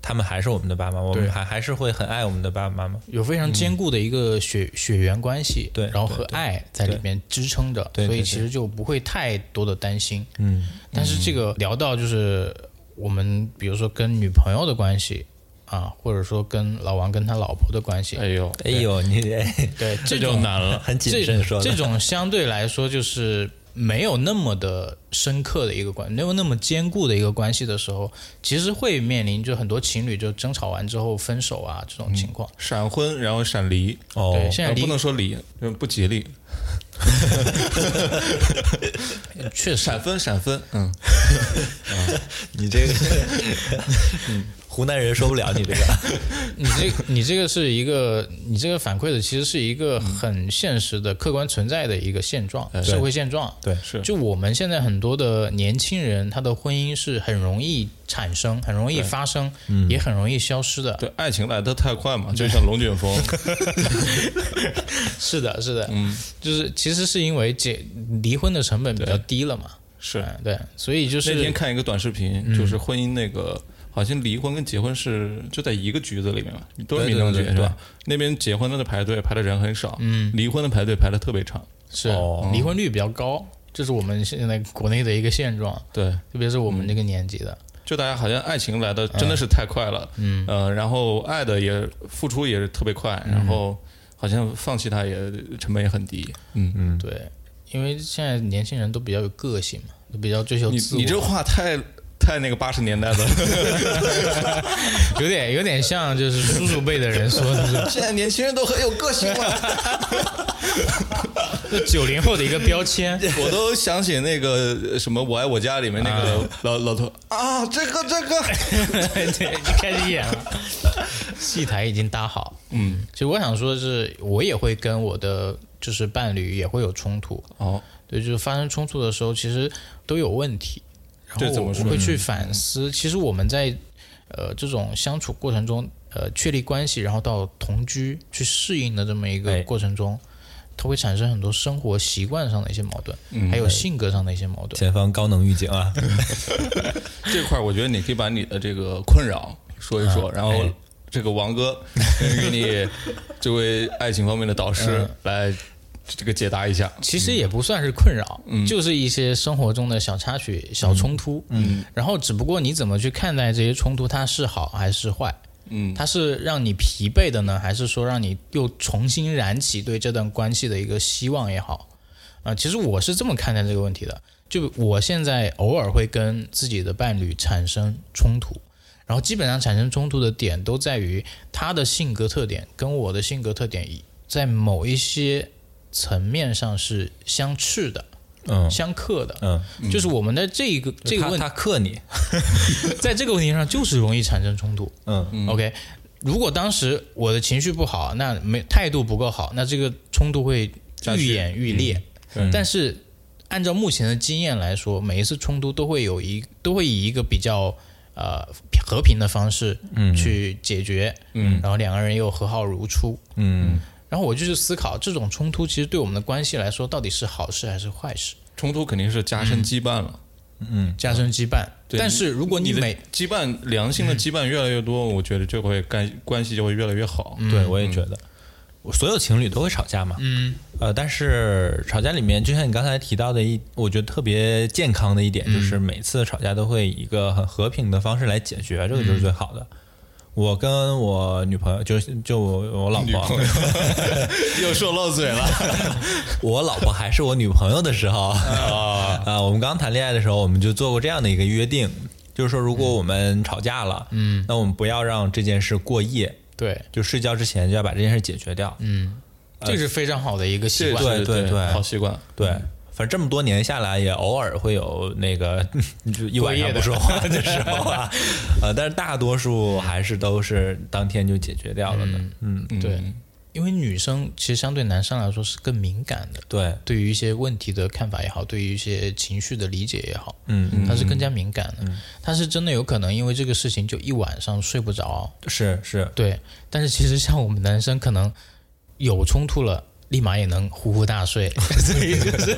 Speaker 3: 他们还是我们的爸妈，我们
Speaker 1: 对
Speaker 3: 还还是会很爱我们的爸爸妈妈。
Speaker 1: 有非常坚固的一个血血缘关系，
Speaker 3: 嗯对
Speaker 1: 然后和
Speaker 3: 对对
Speaker 1: 爱在里面支撑着，
Speaker 3: 对对
Speaker 1: 所以
Speaker 3: 对
Speaker 1: 其实就不会太多的担心。
Speaker 3: 嗯，
Speaker 1: 但是这个聊到就是我们比如说跟女朋友的关系啊，或者说跟老王跟他老婆的关系，
Speaker 2: 哎呦，
Speaker 3: 哎呦，你得
Speaker 1: 对，这
Speaker 2: 这
Speaker 1: 种
Speaker 2: 就难
Speaker 1: [laughs]
Speaker 2: 了。
Speaker 3: 很谨
Speaker 1: 这
Speaker 3: 慎说
Speaker 1: 这
Speaker 3: 的。
Speaker 1: 种相对来说就是没有那么的深刻的一个关，没有那么坚固的一个关系的时候，其实会面临就很多情侣就争吵完之后分手啊这种情况。
Speaker 2: 闪婚，然后闪离，
Speaker 3: 哦，
Speaker 1: 对，现在
Speaker 2: 呃
Speaker 1: 离
Speaker 2: 不能说离，就不吉利。
Speaker 1: 确实
Speaker 2: 闪分，闪分，嗯，
Speaker 3: 你这个，湖南人受不了你这
Speaker 1: [laughs]
Speaker 3: 个。
Speaker 1: 你这你这个是一个，你这个反馈的其实是一个很现实的、客观存在的一个现状，社会现状。
Speaker 3: 对
Speaker 2: [laughs] 是
Speaker 1: 就我们现在很多的年轻人，他的婚姻是很容易产生、很容易嗯发生，也很容易消失的。
Speaker 2: 对，爱情来得太快嘛，就像龙卷风，
Speaker 1: 是的，是的，嗯，就是其实是因为结离婚的成本比较低了嘛，
Speaker 2: 是。
Speaker 1: 嗯对，所以就
Speaker 2: 那天
Speaker 1: 是
Speaker 2: 看一个短视频，就是婚姻那个，好像离婚跟结婚是就在一个局子里面嘛，都是民政局
Speaker 3: 对对对
Speaker 2: 是吧？那边结婚的排队排的人很少，嗯，离婚的排队排的特别长，
Speaker 1: 是
Speaker 3: 哦
Speaker 1: 离婚率比较高，这是我们现在国内的一个现状，
Speaker 2: 对，
Speaker 1: 特别是我们这个年纪的，
Speaker 2: 就大家好像爱情来的真的是太快了，嗯，呃，然后爱的也付出也是特别快，然后好像放弃它也成本也很低，嗯嗯，
Speaker 1: 对，因为现在年轻人都比较有个性嘛，都比较追求
Speaker 2: 你
Speaker 1: 自我，
Speaker 2: 你这话太太那个八十年代了，
Speaker 1: 有点有点像就是叔叔辈的人说的，
Speaker 2: [laughs] 现在年轻人都很有个性了，
Speaker 1: 是九零后的一个标
Speaker 2: [laughs]
Speaker 1: 签，
Speaker 2: [laughs] 我都想起那个什么《我爱我家》里面那个老老头啊，这个这个，
Speaker 1: [laughs] 对，就开始演了，戏台已经搭好。
Speaker 2: 嗯，
Speaker 1: 其实我想说的是，我也会跟我的就是伴侣也会有冲突，
Speaker 2: 哦，
Speaker 1: 对，就是发生冲突的时候，其实都有问题。然
Speaker 2: 这
Speaker 1: 后
Speaker 2: 怎
Speaker 1: 我
Speaker 2: 么
Speaker 1: 我
Speaker 2: 说
Speaker 1: 会去反思，其实我们在呃这种相处过程中，呃确立关系，然后到同居去适应的这么一个
Speaker 3: 哎
Speaker 1: 过程中，它会产生很多生活习惯上的一些矛盾，
Speaker 2: 嗯
Speaker 1: 还有性格上的一些矛盾。
Speaker 3: 前方高能预警啊！
Speaker 2: 这块儿我觉得你可以把你的这个困扰说一
Speaker 1: 啊
Speaker 2: 说，然后
Speaker 3: 哎
Speaker 2: 这个
Speaker 1: [laughs]
Speaker 2: 王哥给你这位爱情方面的导师
Speaker 1: 嗯
Speaker 2: 来这个解答一下。
Speaker 1: 其实也不算是困扰，就是一些生活中的小插曲、小冲突。嗯，然后只不过你怎么去看待这些冲突，它是好还是坏？
Speaker 2: 嗯，
Speaker 1: 它是让你疲惫的呢，还是说让你又重新燃起对这段关系的一个希望也好？啊、其实我是这么看待这个问题的。就我现在偶尔会跟自己的伴侣产生冲突，然后基本上产生冲突的点都在于他的性格特点跟我的性格特点一在某一些层面上是相斥的、
Speaker 3: 嗯
Speaker 1: 相克的。
Speaker 3: 嗯，
Speaker 1: 就是我们在这一个这个
Speaker 3: 他
Speaker 1: 问
Speaker 3: 他克你，
Speaker 1: 在这个问题上，就是容易产生冲突。
Speaker 3: 嗯
Speaker 1: OK，如果当时我的情绪不好，那没态度不够好，那这个冲突会
Speaker 2: 下去
Speaker 1: 愈演愈烈。
Speaker 3: 嗯
Speaker 1: 但是按照目前的经验来说，每一次冲突都会有一都会以一个比较呃和平的方式
Speaker 3: 嗯
Speaker 1: 去解决，
Speaker 2: 嗯，
Speaker 1: 然后两个人又和好如初。
Speaker 3: 嗯
Speaker 1: 然后我就去思考，这种冲突其实对我们的关系来说，到底是好事还是坏事？
Speaker 2: 冲突肯定是加深羁绊了。
Speaker 1: 加深羁绊。
Speaker 2: 对
Speaker 1: 嗯但是如果你
Speaker 2: 的
Speaker 1: 每嗯
Speaker 2: 羁绊良性的羁绊越来越多，我觉得就会关关系就会越来越好。
Speaker 3: 嗯，对我也觉得，我所有情侣都会吵架嘛。嗯，呃，但是吵架里面，就像你刚才提到的一，我觉得特别健康的一点，就是每次吵架都会以一个很和平的方式来解决，这个就是最好的。我跟我女朋友，就就我我老婆，
Speaker 2: [laughs] 又说漏嘴了，
Speaker 3: [laughs] 我老婆还是我女朋友的时候啊 [laughs] 啊，我们刚谈恋爱的时候，我们就做过这样的一个约定，就是说，如果我们吵架了，嗯，那我们不要让这件事过夜，
Speaker 1: 对，
Speaker 3: 就睡觉之前就要把这件事解决掉。嗯，
Speaker 1: 这是非常好的一个 [laughs] 习
Speaker 2: 这
Speaker 1: 惯。
Speaker 3: 对
Speaker 2: 是
Speaker 3: 对对
Speaker 2: 好习惯。
Speaker 3: 对，反正这么多年下来，也偶尔会有那个 [laughs] 就一晚上不说话的 [laughs] 时候啊，呃，但是大多数还是都是当天就解决掉了的。嗯，
Speaker 2: 嗯
Speaker 1: 对，因为女生其实相对男生来说是更敏感的，
Speaker 3: 对，
Speaker 1: 对于一些问题的看法也好，对于一些情绪的理解也好，
Speaker 3: 嗯，
Speaker 1: 她是更加敏感的。她是真的有可能因为这个事情就一晚上睡不着。
Speaker 3: 是是，
Speaker 1: 对，但是其实像我们男生可能有冲突了。立马也能呼呼大睡，所以就是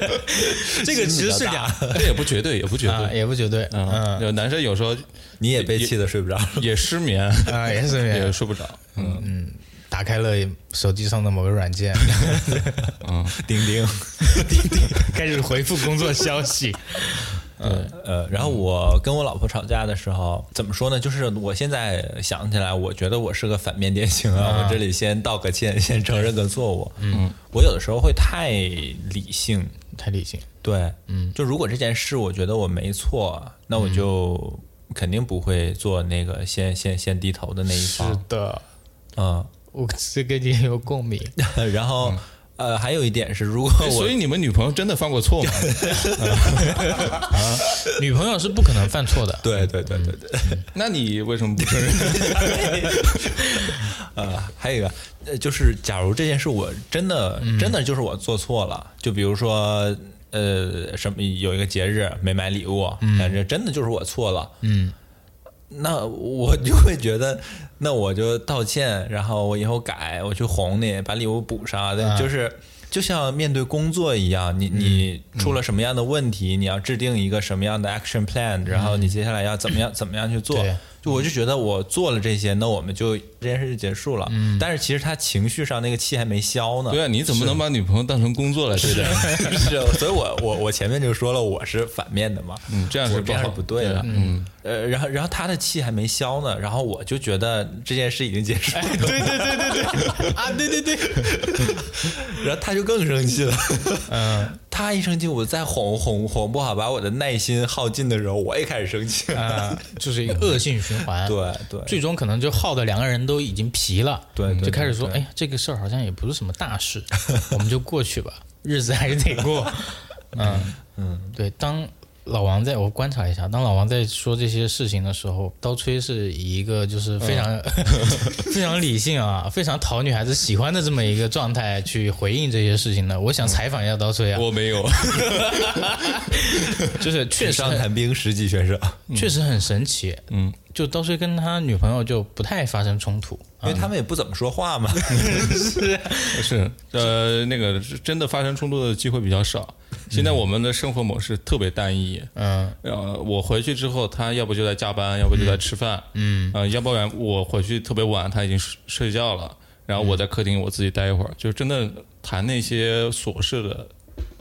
Speaker 1: 这个其实是俩
Speaker 2: 这也不绝对，也不绝
Speaker 1: 啊， [laughs]
Speaker 2: 对。
Speaker 1: 也不绝对，
Speaker 2: 嗯，
Speaker 1: 嗯
Speaker 2: 有男生有时候
Speaker 3: [laughs] 你也被气得睡不着。
Speaker 2: 也失眠，
Speaker 1: 啊，也是
Speaker 2: 也
Speaker 1: 也
Speaker 2: 睡不着。嗯
Speaker 1: 打开了手机上的某个软件，
Speaker 2: 嗯，
Speaker 3: 钉钉，
Speaker 1: [laughs] 开始回复工作消息，
Speaker 3: 呃，然后我跟我老婆吵架的时候，怎么说呢？就是我现在想起来，我觉得我是个反面典型啊。我这里先道个歉，先承认个错误。嗯，我有的时候会太理性，
Speaker 1: 太理性，
Speaker 3: 对，嗯，就如果这件事我觉得我没错，那我
Speaker 2: 嗯
Speaker 3: 就肯定不会做那个先先先低头的那一方，
Speaker 1: 的，
Speaker 3: 嗯， [laughs]
Speaker 1: 我是跟你有共鸣，
Speaker 3: 然后。呃，还有一点是，如果我
Speaker 2: 嗯哎所以你们女朋友真的犯过错吗？
Speaker 1: 女朋友是不可能犯错的。
Speaker 3: 对对对对对，
Speaker 2: [laughs] 那你为什么不承认？
Speaker 3: [laughs] 呃，还有一个，呃，就是假如这件事我真的
Speaker 1: 嗯
Speaker 3: 真的就是我做错了，就比如说呃什么有一个节日没买礼物，反正真的就是我错了，
Speaker 1: 嗯，
Speaker 3: 那我就会觉得，那我就道歉，然后我以后改，我去哄你，把礼物补上，对
Speaker 1: 啊
Speaker 3: 就是就像面对工作一样，
Speaker 1: 嗯
Speaker 3: 你你出了什么样的问题，你要制定一个什么样的 action plan，然后你接下来要怎么样怎么样去做
Speaker 1: 嗯对。
Speaker 3: 就我就觉得我做了这些，那我们就这件事就结束了。
Speaker 1: 嗯
Speaker 3: 但是其实他情绪上那个气还没消呢。
Speaker 2: 对啊，你怎么能把女朋友当成工作来对待？
Speaker 3: [laughs] 是，啊所以我我我前面就说了，我是反面的嘛，
Speaker 2: 嗯这样是
Speaker 3: 我
Speaker 2: 不
Speaker 3: 这
Speaker 2: 好
Speaker 3: 样是不对的，嗯，呃，然后然后他的气还没消呢，然后我就觉得这件事已经结束了，
Speaker 1: 哎对对对对对，啊，对对对，
Speaker 3: [laughs] 然后他就更生气了，
Speaker 1: 嗯
Speaker 3: 他一生气，我再哄哄哄不好，把我的耐心耗尽的时候，我也开始生气了，
Speaker 1: 啊，就是一个恶性循环。，
Speaker 3: 对对，
Speaker 1: 最终可能就耗的两个人都已经疲了，
Speaker 3: 对对
Speaker 1: 就开始说，
Speaker 3: 对
Speaker 1: 哎呀，这个事儿好像也不是什么大事， [laughs] 我们就过去吧，日子还是得过。嗯嗯，对，当老王在我观察一下，当老王在说这些事情的时候，刀吹是以一个就是非常、 [laughs] 非常理性啊，非常讨女孩子喜欢的这么一个状态去回应这些事情的。我想采访一下刀吹啊，
Speaker 2: 我没
Speaker 3: [laughs]
Speaker 2: 有，
Speaker 1: 就是确实
Speaker 3: 上
Speaker 1: 很
Speaker 3: 谈兵，实际选手，
Speaker 1: 确实很神奇，
Speaker 2: 嗯，
Speaker 1: 就刀吹跟他女朋友就不太发生冲突。
Speaker 3: 因为他们也不怎么说话嘛。
Speaker 2: 是呃，那个是真的发生冲突的机会比较少。现在我们的生活模式特别单一，
Speaker 1: 嗯
Speaker 2: 呃，我回去之后，他要不就在加班，要不就在吃饭，
Speaker 1: 嗯，
Speaker 2: 呃，要不然我回去特别晚，他已经睡睡觉了，然后
Speaker 3: 嗯
Speaker 2: 我在客厅我自己待一会儿，就真的谈那些琐事的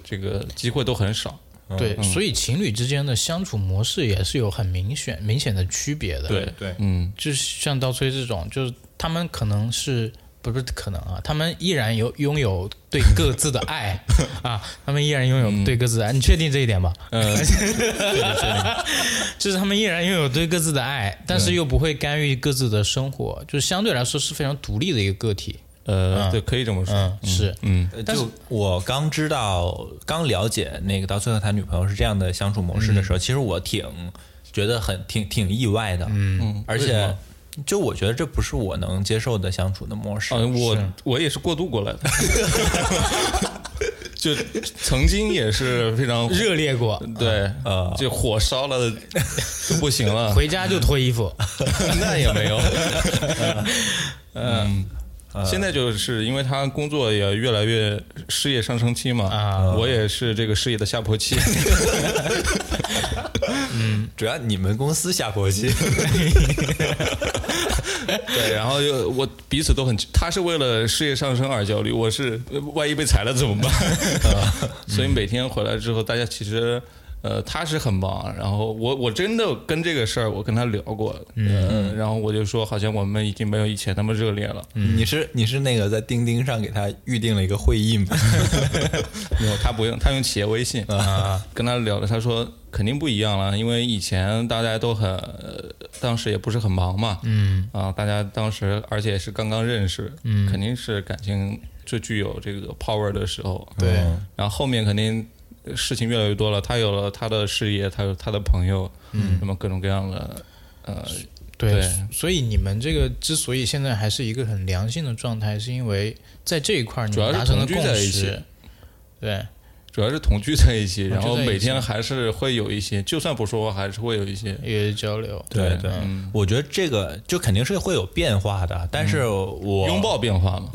Speaker 2: 这个机会都很少。
Speaker 1: 对，
Speaker 2: 嗯
Speaker 1: 所以情侣之间的相处模式也是有很明显明显的区别的。
Speaker 2: 对，
Speaker 3: 对，
Speaker 2: 嗯，
Speaker 1: 就是像刀崔这种，就是他们可能是不是可能啊？他们依然有拥有对各自的
Speaker 2: [laughs]
Speaker 1: 爱啊，他们依然拥有对各自的爱。你确定这一点吗？
Speaker 2: 嗯呃，
Speaker 1: [laughs] 就是他们依然拥有对各自的爱，但是又不会干预各自的生活，
Speaker 2: 嗯
Speaker 1: 就是相对来说是非常独立的一个个体。
Speaker 3: 啊
Speaker 2: 呃，对，可以这么说，
Speaker 1: 嗯，是，
Speaker 2: 嗯，
Speaker 3: [laughs] 呃就我刚知道、刚了解那个刀崔和他女朋友是这样的相处模式的时候，其实我挺觉得很挺挺意外的，嗯，而且就我觉得这不是我能接受的相处的模式
Speaker 2: 啊，，我我也是过渡过来的， [laughs] 就曾经也是非常
Speaker 1: 热烈过，
Speaker 2: 对
Speaker 3: 啊，
Speaker 2: 就火烧了的就不行了，
Speaker 1: 回家就脱衣服。
Speaker 2: [laughs] 那也没有，嗯。现在就是因为他工作也越来越事业上升期嘛，
Speaker 1: 啊
Speaker 2: 我也是这个事业的下坡期，
Speaker 3: 主要你们公司下国际，
Speaker 2: 对，然后又我彼此都很，他是为了事业上升而焦虑，我是呃万一被裁了怎么办？ [laughs] 所以每天回来之后，大家其实呃他是很忙，然后我我真的跟这个事儿我跟他聊过，嗯，然后我就说好像我们已经没有以前那么热烈了，
Speaker 3: 你是你是那个在钉钉上给他预定了一个会议吗？
Speaker 2: 没有，他不用，他用企业微信啊，跟他聊了，他说肯定不一样了，因为以前大家都很，呃当时也不是很忙嘛，嗯啊，大家当时而且是刚刚认识，嗯，肯定是感情最具有这个 power 的时候，
Speaker 1: 对
Speaker 3: 嗯
Speaker 2: 然后后面肯定呃事情越来越多了，他有了他的事业，他有他的朋友，嗯，什么各种各样的，呃，
Speaker 1: 对
Speaker 2: 对，
Speaker 1: 所以你们这个之所以现在还是一个很良性的状态，是因为在这一块儿你
Speaker 2: 主要
Speaker 1: 们
Speaker 2: 是
Speaker 1: 达成了
Speaker 2: 同居
Speaker 1: 共
Speaker 2: 在一
Speaker 1: 识
Speaker 2: 起。
Speaker 1: 对，
Speaker 2: 主要是同居在一起，
Speaker 1: 嗯同居在一
Speaker 2: 然
Speaker 1: 起
Speaker 2: 后每天还是会有一些，就算不说话，还是会有一些，
Speaker 1: 也是交流。
Speaker 3: 对对
Speaker 2: 嗯，
Speaker 3: 我觉得这个就肯定是会有变化的，但是我
Speaker 2: 拥抱变
Speaker 1: [laughs]
Speaker 2: 化嘛，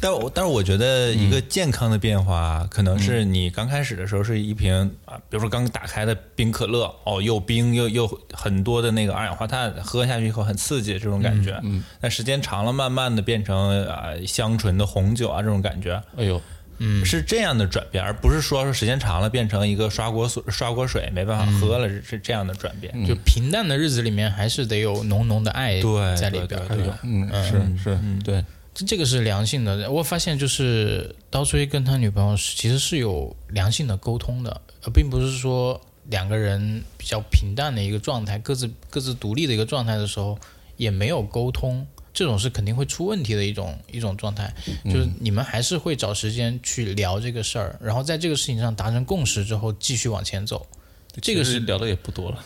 Speaker 3: 但我但是我觉得一个健康的变化，可能是你刚开始的时候是一瓶啊，比如说刚打开的冰可乐，哦，又冰又又很多的那个二氧化碳，喝下去以后很刺激这种感觉。嗯，但时间长了，慢慢的变成啊香醇的红酒啊这种感觉，
Speaker 2: 哎呦，
Speaker 3: 嗯，是这样的转变，而不是说是时间长了变成一个刷锅水刷锅水没办法嗯喝了，是是这样的转变。
Speaker 1: 就平淡的日子里面，还是得有浓浓的爱
Speaker 3: 对
Speaker 1: 在里边儿。
Speaker 3: 对对对
Speaker 2: 嗯，是是，对，
Speaker 1: 这这个是良性的。我发现就是刀吹跟他女朋友是其实是有良性的沟通的，而并不是说两个人比较平淡的一个状态，各自各自独立的一个状态的时候也没有沟通，这种是肯定会出问题的一种一种状态。就是你们还是会找时间去聊这个事儿，然后在这个事情上达成共识之后，继续往前走。这个
Speaker 2: 其
Speaker 1: 是
Speaker 2: 实聊的也不多了，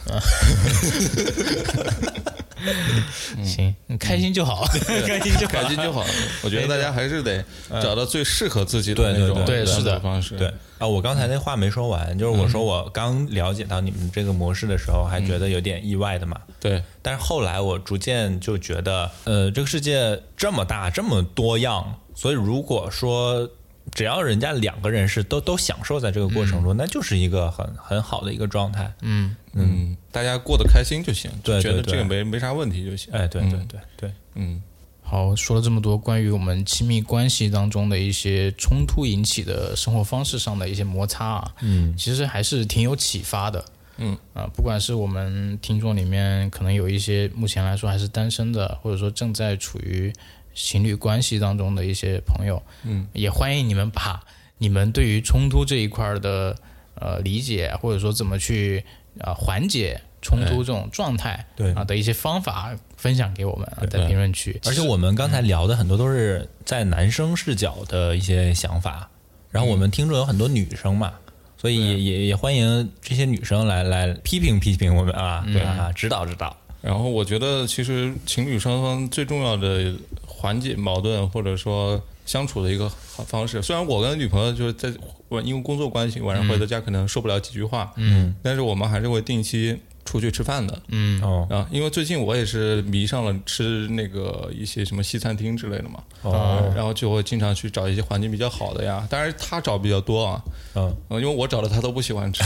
Speaker 1: 行，你嗯开心就好，开心就好。
Speaker 2: 开心就好了。我觉得大家还是得找到最适合自己
Speaker 3: 对
Speaker 2: 的那
Speaker 3: 对
Speaker 2: 种
Speaker 3: 对
Speaker 1: 对是的
Speaker 2: 方式。
Speaker 3: 对，啊，我刚才那话没说完，就是我说我刚了解到你们这个模式的时候，还觉得有点意外的嘛。
Speaker 2: 对，
Speaker 3: 但是后来我逐渐就觉得，呃，这个世界这么大，这么多样，所以如果说只要人家两个人是都都享受在这个过程中，那就是一个很很好的一个状态。
Speaker 1: 嗯，
Speaker 2: 嗯，大家过得开心就行，
Speaker 3: 对
Speaker 2: 就觉
Speaker 3: 对
Speaker 2: 得
Speaker 3: 对
Speaker 2: 这个没没啥问题就行。
Speaker 3: 哎，对对对对，
Speaker 2: 嗯，
Speaker 1: 好，说了这么多关于我们亲密关系当中的一些冲突引起的生活方式上的一些摩擦啊，嗯，其实还是挺有启发的，
Speaker 2: 嗯
Speaker 1: 啊、不管是我们听众里面可能有一些目前来说还是单身的，或者说正在处于情侣关系当中的一些朋友，嗯，也欢迎你们把你们对于冲突这一块儿的呃理解，或者说怎么去啊、呃缓解冲突这种状态，
Speaker 3: 对
Speaker 1: 啊的一些方法分享给我们啊，在评论区，
Speaker 3: 而且我们刚才聊的很多都是在男生视角的一些想法，然后我们听众有很多女生嘛，所以也也也欢迎这些女生来来批评批评我们啊，对啊，指导指导。
Speaker 2: 然后我觉得，其实情侣双方最重要的缓解矛盾或者说相处的一个好方式，虽然我跟女朋友就是在我因为工作关系，晚上回到家可能说不了几句话，嗯，但是我们还是会定期出去吃饭的，
Speaker 1: 嗯
Speaker 3: 哦
Speaker 2: 啊，因为最近我也是迷上了吃那个一些什么西餐厅之类的嘛，啊
Speaker 3: 哦，
Speaker 2: 然后就会经常去找一些环境比较好的呀，当然他找比较多啊，
Speaker 3: 嗯，
Speaker 2: 呃因为我找了他都不喜欢吃，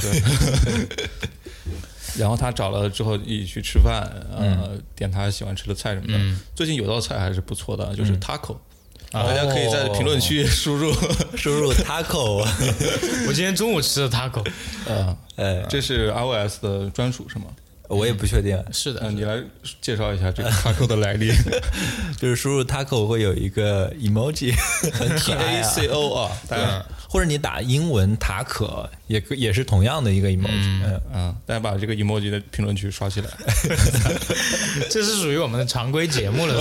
Speaker 2: 然后他找了之后一起去吃饭，呃，点他喜欢吃的菜什么的。最近有道菜还是不错的，就是 taco，、大家可以在评论区输入，
Speaker 3: 输入 taco， [laughs]
Speaker 1: [laughs] 我今天中午吃的 taco，
Speaker 2: 呃，
Speaker 3: 呃，
Speaker 2: 这是 iOS 的专属是吗？
Speaker 3: 我也不确定，
Speaker 1: 是的
Speaker 2: 嗯、，你来介绍一下这个 taco 的来历
Speaker 3: 就是输入 taco 会有一个 [laughs] emoji，很
Speaker 2: ，T
Speaker 3: 可
Speaker 2: A
Speaker 3: 爱啊
Speaker 2: C O 啊，大家。
Speaker 3: 或者你打英文塔可也可也是同样的一个 emoji，嗯
Speaker 2: 嗯，大家把这个 emoji 的评论区刷起来。
Speaker 1: 这是属于我们的常规节 [laughs] 目了，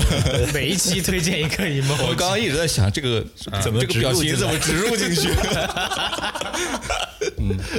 Speaker 1: 每一期推荐一个
Speaker 2: [laughs] 我
Speaker 1: emoji。
Speaker 2: 刚刚一直在想，这个
Speaker 3: 怎么
Speaker 2: 这个
Speaker 3: 植入
Speaker 2: 表
Speaker 3: 进
Speaker 2: 情
Speaker 3: 来
Speaker 2: 怎么植入进去？ [laughs]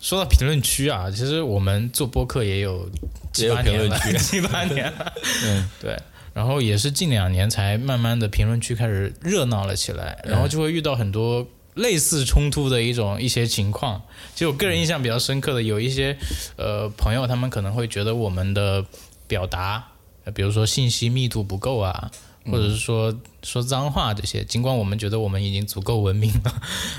Speaker 1: 说到评论区啊，其实我们做播客也有七八年了， [laughs] 七八年了，
Speaker 2: 嗯，
Speaker 1: 对。然后也是近两年才慢慢的评论区开始热闹了起来，然后就会遇到很多类似冲突的一种一些情况。其实我个人印象比较深刻的有一些呃朋友，他们可能会觉得我们的表达，呃比如说信息密度不够啊，或者是说说脏话这些，尽管我们觉得我们已经足够文明了，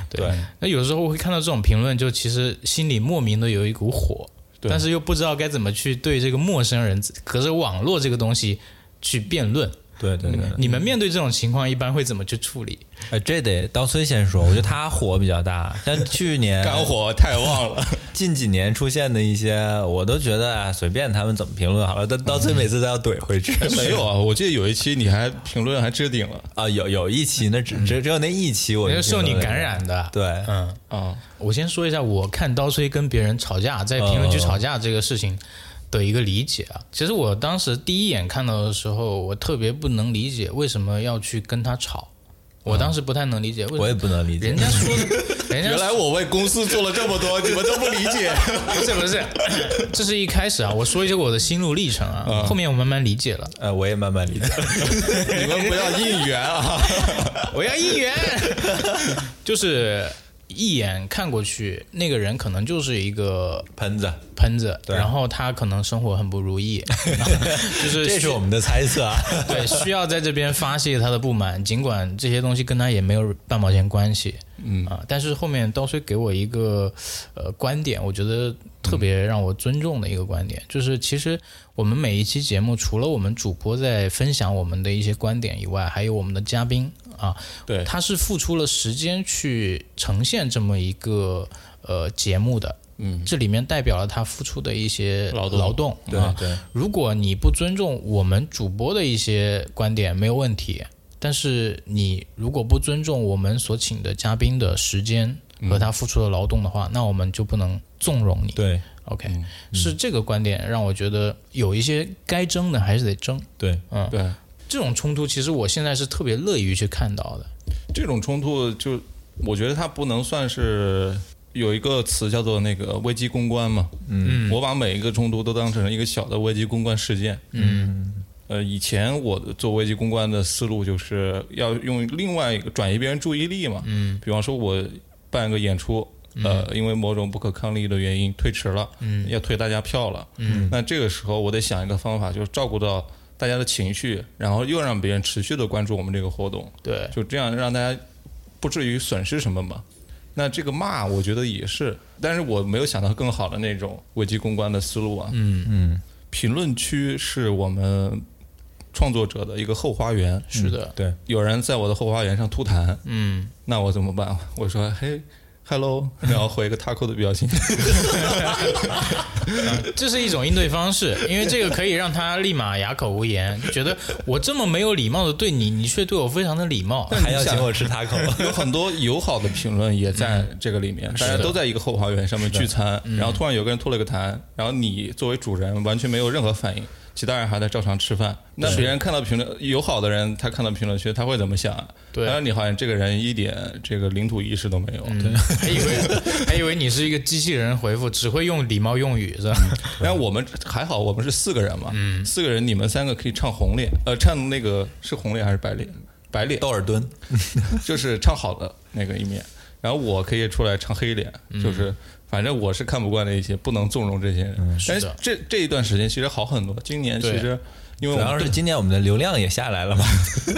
Speaker 1: 对。那有时候我会看到这种评论，就其实心里莫名的有一股火，
Speaker 2: 对
Speaker 1: 但是又不知道该怎么去对这个陌生人，可是网络这个东西去辩论。
Speaker 3: 对对对，
Speaker 1: 你们面对这种情况，一般会怎么去处理？
Speaker 3: 哎，这得当孙先说，我觉得他火比较大，但去 [laughs] 年
Speaker 2: 肝火太旺了。
Speaker 3: 近几年出现的一些，我都觉得啊，随便他们怎么评论好了，但到最后每次都要怼回去。
Speaker 2: [laughs] 没有啊，我记得有一期你还评论还置顶了
Speaker 3: 啊，有有一期，那只只只有那一期我
Speaker 1: 那
Speaker 3: 是
Speaker 1: 是受你
Speaker 3: 评论的
Speaker 1: 感染的。
Speaker 3: 对，
Speaker 1: 嗯，
Speaker 2: 啊，
Speaker 1: 我先说一下我看刀吹跟别人吵架，在评论区吵架这个事情的一个理解
Speaker 3: 嗯
Speaker 1: 啊。其实我当时第一眼看到的时候，我特别不能理解为什么要去跟他吵。我当时不太能理解为什么，
Speaker 3: 我也不能理解
Speaker 1: 人。家说的，人家
Speaker 2: 原来我为公司做了这么多，你们都不理解。
Speaker 1: [laughs] 不是不是，这是一开始啊，我说一些我的心路历程啊，后面我慢慢理解了。
Speaker 3: 呃，我也慢慢理解。
Speaker 2: [laughs] 你们不要应援啊！
Speaker 1: 我要一元，就是一眼看过去，那个人可能就是一个
Speaker 3: 喷子，
Speaker 1: 喷子，然后他可能生活很不如意，就是
Speaker 3: 这是我们的猜测啊。
Speaker 1: [laughs] 对，需要在这边发泄他的不满，尽管这些东西跟他也没有半毛钱关系，嗯啊，但是后面刀虽给我一个呃观点，我觉得特别让我尊重的一个观点，就是其实我们每一期节目，除了我们主播在分享我们的一些观点以外，还有我们的嘉宾啊，
Speaker 2: 对
Speaker 1: 他是付出了时间去呈现这么一个呃节目的。嗯，这里面代表了他付出的一些
Speaker 2: 劳动
Speaker 1: 劳动啊，
Speaker 3: 对，
Speaker 1: 如果你不尊重我们主播的一些观点，没有问题。但是你如果不尊重我们所请的嘉宾的时间和他付出的劳动的话，那我们就不能纵容你。
Speaker 3: 对，
Speaker 1: OK，、是这个观点让我觉得有一些该争的还是得争。
Speaker 3: 对，
Speaker 1: 嗯，
Speaker 2: 对，
Speaker 1: 这种冲突其实我现在是特别乐于去看到的。
Speaker 2: 这种冲突就我觉得它不能算是有一个词叫做那个危机公关嘛。嗯，我把每一个冲突都当成一个小的危机公关事件。嗯。呃，以前我做危机公关的思路就是要用另外一个转移别人注意力嘛。嗯，比方说我办个演出，呃，因为某种不可抗力的原因推迟了，嗯，要退大家票了，嗯，那这个时候我得想一个方法，就是照顾到大家的情绪，然后又让别人持续的关注我们这个活动，
Speaker 1: 对，
Speaker 2: 就这样让大家不至于损失什么嘛。那这个骂，我觉得也是，但是我没有想到更好的那种危机公关的思路啊。嗯嗯，评论区是我们创作者的一个后花园，
Speaker 1: 是的，
Speaker 3: 对，
Speaker 2: 有人在我的后花园上吐痰，
Speaker 1: 嗯，
Speaker 2: 那我怎么办？我说嘿，hello，然
Speaker 1: [laughs]
Speaker 2: 后回一个 taco 的表情。
Speaker 1: 这是一种应对方式，因为这个可以让他立马哑口无言，就觉得我这么没有礼貌的对你，你却对我非常的礼貌。
Speaker 3: 还要请我吃 taco。
Speaker 2: [laughs] 有很多友好的评论也在这个里
Speaker 1: 嗯
Speaker 2: 面，大家都在一个后花园上面聚餐，然后突然有个人吐了个痰，然后你作为主人完全没有任何反应，其他人还在照常吃饭。那别人看到评论，友好的人他看到评论区，他会怎么想啊？
Speaker 1: 对
Speaker 2: 当然你好像这个人一点这个领土意识都没有。
Speaker 1: 嗯，还以
Speaker 2: [laughs]
Speaker 1: 为还以为你是一个机器人回复，只会用礼貌用语是吧？
Speaker 2: 但我们还好，我们是四个人嘛，
Speaker 1: 嗯
Speaker 2: 四个人你们三个可以唱红脸，呃，唱那个是红脸还是白脸？白脸
Speaker 4: 道尔顿，
Speaker 2: 就是唱好的那个一面，然后我可以出来唱黑脸，就是反正我是看不惯那些，不能纵容这些人。
Speaker 1: 是
Speaker 2: 但是
Speaker 1: 的
Speaker 2: 这这一段时间其实好很多，今年其
Speaker 1: 对
Speaker 2: 实因为
Speaker 3: 主
Speaker 2: 我
Speaker 3: 要
Speaker 2: 们
Speaker 3: 是今年我们的流量也下来了嘛，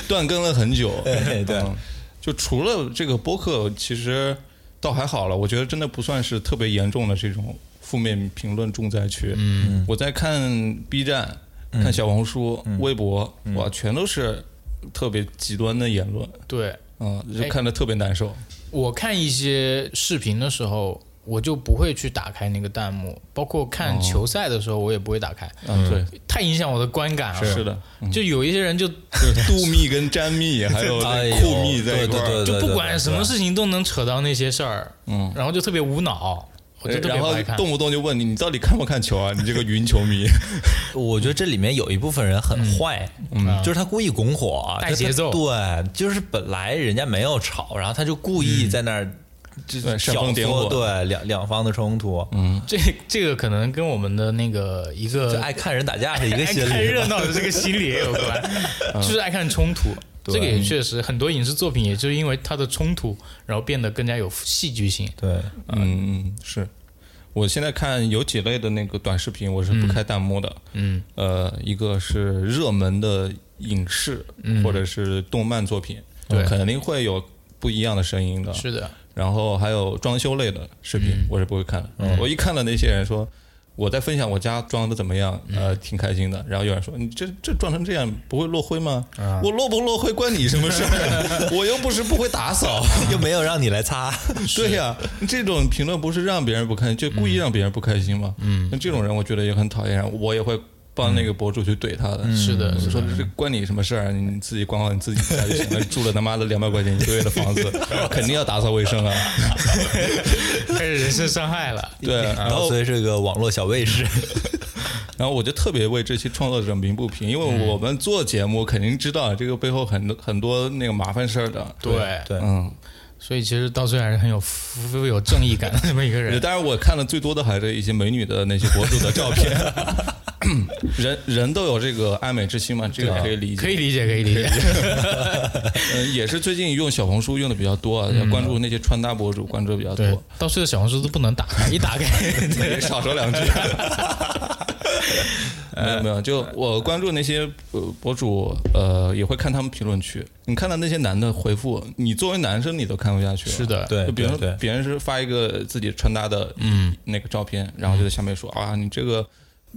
Speaker 2: 断更了很久，
Speaker 3: 对对
Speaker 2: 嗯就除了这个播客，其实倒还好了，我觉得真的不算是特别严重的这种负面评论重灾区。嗯，我在看 B 站、看小红书、微博，哇，全都是特别极端的言论，
Speaker 1: [laughs] 对，
Speaker 2: 嗯，就
Speaker 1: 哎
Speaker 2: 看着特别难受。
Speaker 1: 我看一些视频的时候，我就不会去打开那个弹幕，包括
Speaker 2: 哦
Speaker 1: 看球赛的时候，我也不会打开，
Speaker 2: 嗯，对。
Speaker 1: 太影响我的观感了。
Speaker 2: 啊是，的，嗯
Speaker 1: 就有一些人就
Speaker 2: 就是杜密跟詹密，还
Speaker 1: [laughs]
Speaker 2: 有
Speaker 3: 哎
Speaker 2: 那
Speaker 3: 呦
Speaker 2: 库密在一块
Speaker 3: 对对
Speaker 2: 儿，
Speaker 1: 就不管什么事情都能扯到那些事儿，
Speaker 2: 嗯，哎
Speaker 1: 然后就特别无脑，我就特别
Speaker 2: 然
Speaker 1: 不
Speaker 2: 后
Speaker 1: 爱看。
Speaker 2: 动不动就问你，你到底看不看球啊？你这个云球
Speaker 1: [laughs]
Speaker 2: 迷，
Speaker 3: 我觉得这里面有一部分人很坏，嗯，就是他故意拱火，
Speaker 1: 带节奏
Speaker 3: 就他对，就是本来人家没有吵，然后他就故意在那儿
Speaker 2: 对，煽
Speaker 3: 挑
Speaker 2: 风点火
Speaker 3: 唆，，对两两方的冲突，
Speaker 1: 这这个可能跟我们的那个一
Speaker 3: 就
Speaker 1: 个
Speaker 3: 爱看人打架是一个
Speaker 1: [laughs] 爱
Speaker 3: 心
Speaker 1: 看
Speaker 3: 理。
Speaker 1: 热闹的这个心理也有关， [laughs] 嗯啊就是爱看冲突。这个也确实，很多影视作品也就是因为它的冲突，然后变得更加有戏剧性。
Speaker 3: 对，
Speaker 2: 嗯嗯是。我现在看有几类的那个短视频，我是不开弹幕的。
Speaker 1: 嗯，
Speaker 2: 呃，一个是热门的影视、或者是动漫作品，
Speaker 1: 嗯对
Speaker 2: 肯定会有不一样的声音的。
Speaker 1: 是的，
Speaker 2: 然后还有装修类的视频，我是不会看的。我一看到那些人说我在分享我家装的怎么样，呃，挺开心的。然后有人说你这这装成这样不会落灰吗？我落不落灰关你什么事儿？我又不是不会打扫。
Speaker 3: [laughs] 又没有让你来擦，
Speaker 2: 对呀、这种评论不是让别人不开心，就故意让别人不开心嘛。嗯，那这种人我觉得也很讨厌，我也会帮那个博主去怼他的。
Speaker 1: 是的
Speaker 2: 我说这关你什么事儿啊？你自己管好你自己家就行了。住了他妈的两百块钱一个月的房子，肯定要打扫卫生啊。
Speaker 1: 开始人身伤害了。
Speaker 2: 对，然
Speaker 3: 然后
Speaker 2: 后
Speaker 3: 所以是个网络小卫士，
Speaker 2: 然后我就特别为这些创作者鸣不平，因
Speaker 1: 嗯
Speaker 2: 为我们做节目肯定知道这个背后很多很多那个麻烦事儿的。
Speaker 1: [laughs] 对，
Speaker 3: 对，
Speaker 2: 嗯，
Speaker 1: 所以其实到最后还是很有富有正义感的这么一个人。
Speaker 2: 当然我看的最多的还是一些美女的那些博主的
Speaker 1: [laughs]
Speaker 2: 照片。人人都有这个爱美之心嘛，这个可以理
Speaker 1: 啊 [laughs]
Speaker 2: 解。
Speaker 1: 可以理解，可以理解。
Speaker 2: 嗯，也是最近用小红书用的比较多啊，要关注那些穿搭博主，关注的比较
Speaker 1: [laughs] 嗯对
Speaker 2: 多。，
Speaker 1: 到最后小红书都不能打开，一打开，
Speaker 2: 也少
Speaker 1: [laughs]
Speaker 2: 说两句。 [laughs] 没有没有，就我关注那些呃博主，呃，也会看他们评论区。你看到那些男的回复，你作为男生你都看不下去了。
Speaker 1: 是的
Speaker 3: 对
Speaker 2: 就比如说
Speaker 3: 对对
Speaker 2: 别人是发一个自己穿搭的嗯那个照片，然后就在下面说啊，你这个。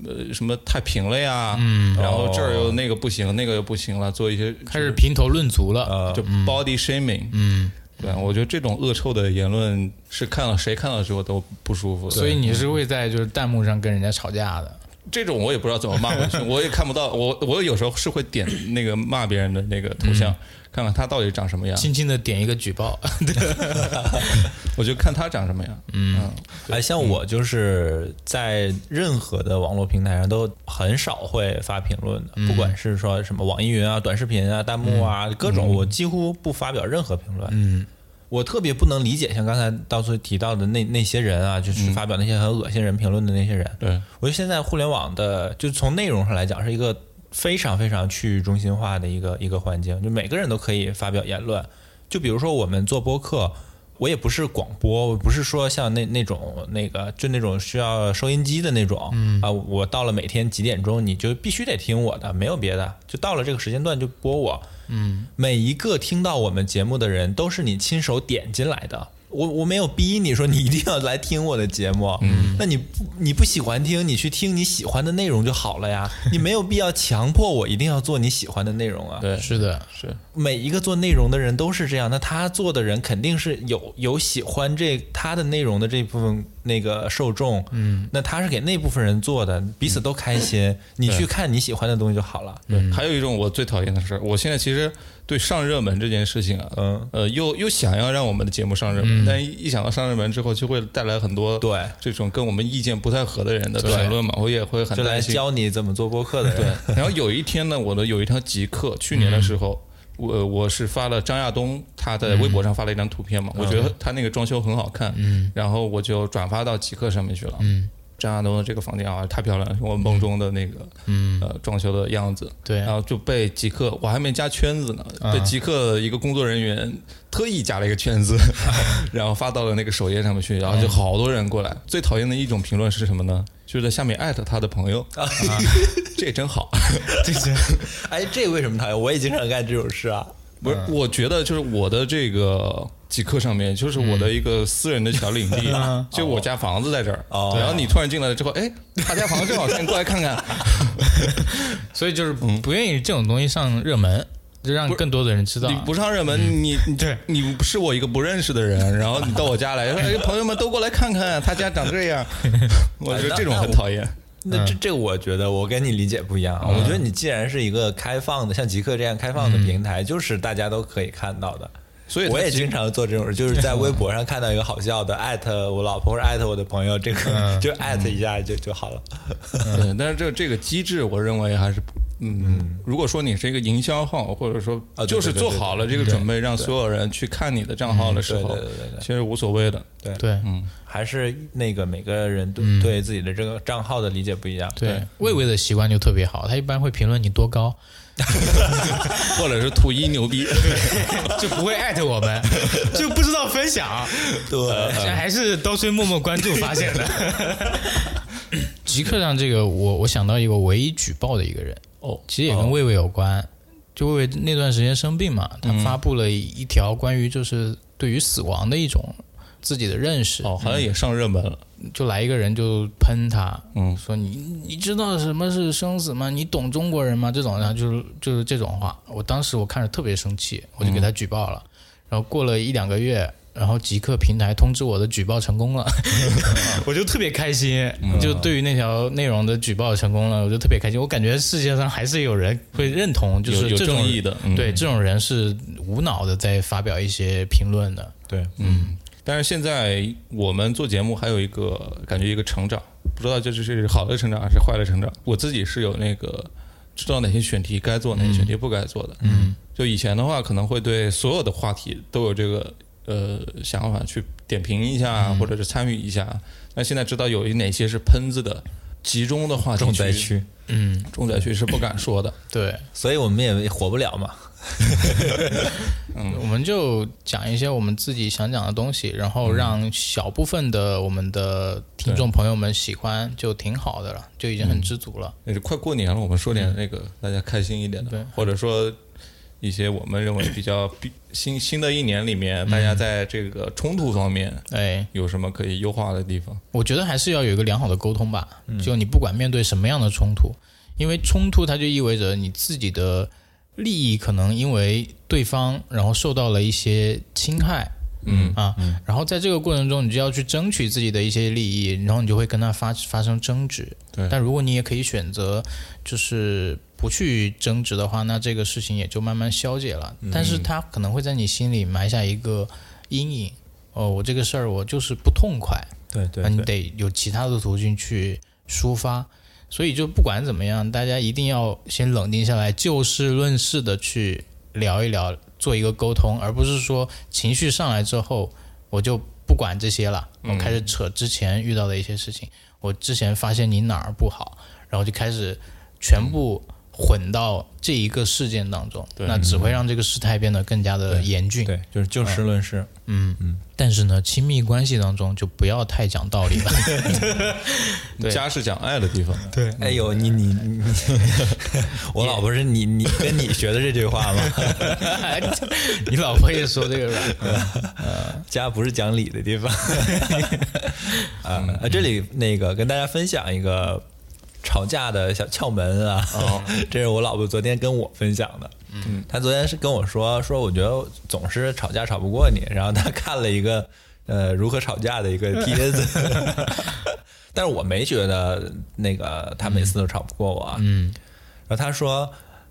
Speaker 2: 呃，什么太平了呀？嗯，然后这儿又那个不行，那个又不行了，做一些
Speaker 1: 开始评头论足了。
Speaker 2: 就 body shaming。嗯，对，我觉得这种恶臭的言论是看了谁看了之后都不舒服的。
Speaker 1: 所以你是会在就是弹幕上跟人家吵架的。
Speaker 2: 这种我也不知道怎么骂回去，我也看不到。我我有时候是会点那个骂别人的那个头像，看看他到底长什么样，
Speaker 1: 轻轻的点一个举报，
Speaker 2: 我就看他长什么样。嗯，
Speaker 3: 哎，像我就是在任何的网络平台上都很少会发评论的，不管是说什么网易云啊、短视频啊、弹幕啊，各种，我几乎不发表任何评论。嗯，我特别不能理解，像刚才到处提到的那那些人啊，就是发表那些很恶心人评论的那些人。
Speaker 2: 对，
Speaker 3: 我觉得现在互联网的，就从内容上来讲，是一个非常非常去中心化的一个一个环境，就每个人都可以发表言论。就比如说我们做播客，我也不是广播，我不是说像那那种那个，就那种需要收音机的那种，嗯啊，我到了每天几点钟，你就必须得听我的，没有别的，就到了这个时间段就播我，嗯，每一个听到我们节目的人都是你亲手点进来的。我我没有逼你说你一定要来听我的节目，嗯，那你不你不喜欢听，你去听你喜欢的内容就好了呀，你没有必要强迫我一定要做你喜欢的内容啊。
Speaker 2: 对，
Speaker 1: [laughs] 是的，
Speaker 2: 是，
Speaker 3: 每一个做内容的人都是这样，那他做的人肯定是有有喜欢这他的内容的这部分那个受众，嗯，那他是给那部分人做的，彼此都开心，
Speaker 2: 嗯
Speaker 3: 你去看你喜欢的东西就好了。
Speaker 2: 对，还有一种我最讨厌的事儿，我现在其实对上热门这件事情啊，
Speaker 3: 嗯，
Speaker 2: 呃，又又想要让我们的节目上热门，但一想到上热门之后，就会带来很多
Speaker 3: 对
Speaker 2: 这种跟我们意见不太合的人的
Speaker 3: 对
Speaker 2: 评论嘛，我也会很
Speaker 3: 就来
Speaker 2: 担心。
Speaker 3: 教你怎么做播客的人，
Speaker 2: 然后有一天呢，我的有一堂极
Speaker 3: 嗯
Speaker 2: 客，去年的时候，我我是发了张亚东他在微博上发了一张图片嘛，
Speaker 3: 嗯
Speaker 2: 我觉得他那个装修很好看，然后我就转发到极客上面去了。张亚东的这个房间啊，太漂亮了，是我梦中的那个呃装修的样子。
Speaker 1: 对
Speaker 2: 然，后就被极客，我还没加圈子呢，
Speaker 1: 啊
Speaker 2: 被极客一个工作人员特意加了一个圈子，然后发到了那个首页上面去，然后就好多人过来。最讨厌的一种评论是什么呢？就是在下面艾特他的朋友，啊、 [laughs] 这真好。
Speaker 3: 这是， [laughs] 哎，这为什么讨厌？我也经常干这种事啊。
Speaker 2: 不是，我觉得就是我的这个极客上面，就是我的一个私人的小领地， [laughs] 就我家房子在这儿。
Speaker 3: 哦
Speaker 2: 然后你突然进来了之后，哎，他家房子正好看，过来看看。
Speaker 1: 所以就是
Speaker 2: 嗯
Speaker 1: 不愿意这种东西上热门，就让更多的人知道
Speaker 2: 你。不上热门，你你
Speaker 1: 对
Speaker 2: 你是我一个不认识的人，然后你到我家来，说 [laughs] 哎，朋友们都过来看看，他家长这样，我觉得这种很讨厌。
Speaker 3: 哎那
Speaker 2: 嗯
Speaker 3: 这这我觉得我跟你理解不一样啊，我觉得你既然是一个开放的，像极客这样开放
Speaker 2: 嗯
Speaker 3: 的平台，就是大家都可以看到的。
Speaker 2: 所以他
Speaker 3: 我也
Speaker 2: 极
Speaker 3: 经常做这种事，就是 [laughs] 在微博上看到一个好笑的，艾特我老婆或者艾特我的朋友，这个 [laughs] 就艾特一下就就好了。
Speaker 2: 对，呃但是这这个机制，我认为还是不嗯，如果说你是一个营销号，或者说
Speaker 3: 啊对
Speaker 2: 就
Speaker 3: 对
Speaker 2: 是
Speaker 3: 对
Speaker 2: 做
Speaker 3: 对嗯
Speaker 2: 好了这个准备，让所有人去看你的账号的时候
Speaker 3: 对对对对，对
Speaker 2: 其实无所谓的。
Speaker 1: 对
Speaker 2: 嗯
Speaker 3: 还是那个每个人对对自己的这个账号的理解不一样。
Speaker 1: 对，魏魏的习惯就特别好，他一般会评论你多
Speaker 2: [laughs]
Speaker 1: 高，
Speaker 2: 或者是图一
Speaker 3: [laughs]
Speaker 2: 牛逼，
Speaker 1: 就不会艾特我
Speaker 2: [laughs]
Speaker 1: 们，就不知道分享。
Speaker 3: 对，
Speaker 2: 嗯
Speaker 1: 还是刀虽默默关注发现的。
Speaker 2: [laughs]
Speaker 1: 极客上这个，我我想到一个唯一举报的一个人，
Speaker 2: 哦，
Speaker 1: 其实也跟魏魏有关。就魏魏那段时间生病嘛，他
Speaker 2: 嗯
Speaker 1: 发布了一条关于就是对于死亡的一种自己的认识，
Speaker 2: 哦，好像也上热门了。
Speaker 1: 就来一个人就喷他，
Speaker 2: 嗯
Speaker 1: 说你你知道什么是生死吗？你懂中国人吗？这种，然后就是就是这种话，我当时我看着特别生气，我就给他
Speaker 2: 嗯
Speaker 1: 举报了。然后过了一两个月，然后极客平台通知我的举报成
Speaker 2: [laughs]
Speaker 1: 功了，我就特别开心。
Speaker 2: 嗯
Speaker 1: 就对于那条内容的举报成功了，我就特别开心。我感觉世界上还是有人会认同，就
Speaker 2: 有
Speaker 1: 是
Speaker 2: 有
Speaker 1: 这种
Speaker 2: 正义的嗯
Speaker 1: 对这种人是无脑的在发表一些评论的。
Speaker 3: 对，
Speaker 2: 但是现在我们做节目还有一个感觉一个成长，不知道这是好的成长还是坏的成长。我自己是有那个知道哪些选题该做，哪些选题不该做的。嗯，就以前的话，可能会对所有的话题都有这个呃想法去点评一
Speaker 3: 嗯
Speaker 2: 下，或者是参与一下。那现在知道有哪些是喷子的集中的话题
Speaker 3: 重灾，区，
Speaker 1: 嗯，
Speaker 2: 重灾区是不敢说的。
Speaker 1: 对。
Speaker 3: 所以我们也火不了嘛。
Speaker 1: 我们就讲一些我们自己想讲的东西，然后让小部分的我们的听众朋友们喜欢，就挺好的了，就已经很知足了。
Speaker 2: 也是呃快过年了，我们说点那个大家开心一点
Speaker 1: 对
Speaker 2: 的，或者说一些我们认为比较比新新的一年里面，大家在这个冲突方面
Speaker 1: 哎，
Speaker 2: 有什么可以优化的地方？嗯
Speaker 1: 我觉得还是要有一个良好的沟通吧。就你不管面对什么样的冲突，因为冲突它就意味着你自己的利益可能因为对方然后受到了一些侵害，
Speaker 2: 嗯
Speaker 1: 啊，然后在这个过程中，你就要去争取自己的一些利益，然后你就会跟他发发生争执。
Speaker 2: 对
Speaker 1: 但如果你也可以选择，就是不去争执的话，那这个事情也就慢慢消解了。
Speaker 2: 嗯
Speaker 1: 但是它可能会在你心里埋下一个阴影。哦，我这个事儿我就是不痛快，
Speaker 3: 对对
Speaker 1: 那你得有其他的途径去抒发。所以就不管怎么样，大家一定要先冷静下来，就事论事的去聊一聊，做一个沟通，而不是说情绪上来之后我就不管这些了，
Speaker 3: 嗯
Speaker 1: 我开始扯之前遇到的一些事情，我之前发现你哪儿不好，然后就开始全部混到这一个事件当中，那只会让这个事态变得更加的严峻。
Speaker 3: 对，就是就事论事。
Speaker 1: 但是呢，亲密关系当中就不要太讲道理了。
Speaker 3: [laughs]
Speaker 1: [laughs] 对
Speaker 2: 家是讲爱的地方，
Speaker 1: 对，
Speaker 3: 哎呦，你你你， [laughs] 我老婆是你你跟你学的这句话 [laughs] 吗？
Speaker 1: 你 [laughs] 老婆也说这个 [laughs] 吧？
Speaker 3: 家不是讲理的地方。啊、呃，这里那个跟大家分享一个吵架的小窍门啊， [laughs] 这是我老婆昨天跟我分享的。嗯，她昨天是跟我说说，我觉得总是吵架吵不过你，然后她看了一个呃如何吵架的一个帖子， [laughs] 但是我没觉得那个他每次都吵不过我。啊
Speaker 1: 嗯
Speaker 3: 然后他说，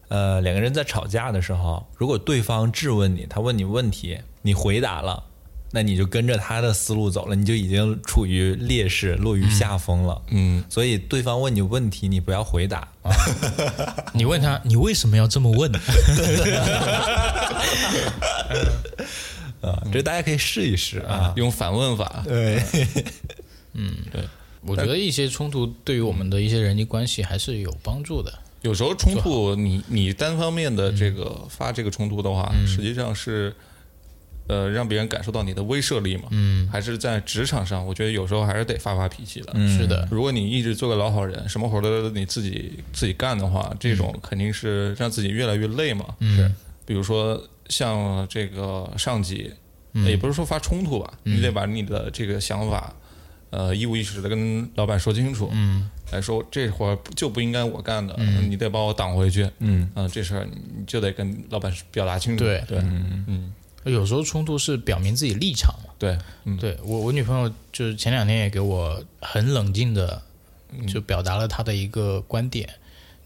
Speaker 3: 呃，两个人在吵架的时候，如果对方质问你，他问你问题，你回答了，那你就跟着他的思路走了，你就已经处于劣势，落于下风了。
Speaker 2: 嗯，
Speaker 3: 所以对方问你问题，你不要回答。
Speaker 1: 你问他你为什么要这么问？
Speaker 3: 啊，这大家可以试一试啊。
Speaker 2: 用反问法，
Speaker 3: 对，
Speaker 1: [laughs] 我觉得一些冲突对于我们的一些人际关系还是有帮助的。
Speaker 2: 有时候冲突你你单方面的这个发这个冲突的话，实际上是呃让别人感受到你的威慑力嘛，嗯，还是在职场上，我觉得有时候还是得发发脾气的，
Speaker 1: 是的，
Speaker 2: 如果你一直做个老好人，什么活儿都你自己自己干的话，这种肯定是让自己越来越累嘛。
Speaker 1: 嗯，
Speaker 2: 比如说像这个上级，也不是说发冲突吧，你得把你的这个想法，呃，一五一十的跟老板说清楚。嗯，来说这活儿就不应该我干的，你得把我挡回去。嗯，啊，这事儿你就得跟老板表达清楚。
Speaker 1: 对
Speaker 2: 对
Speaker 3: 嗯
Speaker 1: 有时候冲突是表明自己立场嘛。
Speaker 2: 对，嗯，
Speaker 1: 对我，我女朋友就是前两天也给我很冷静的就表达了她的一个观点。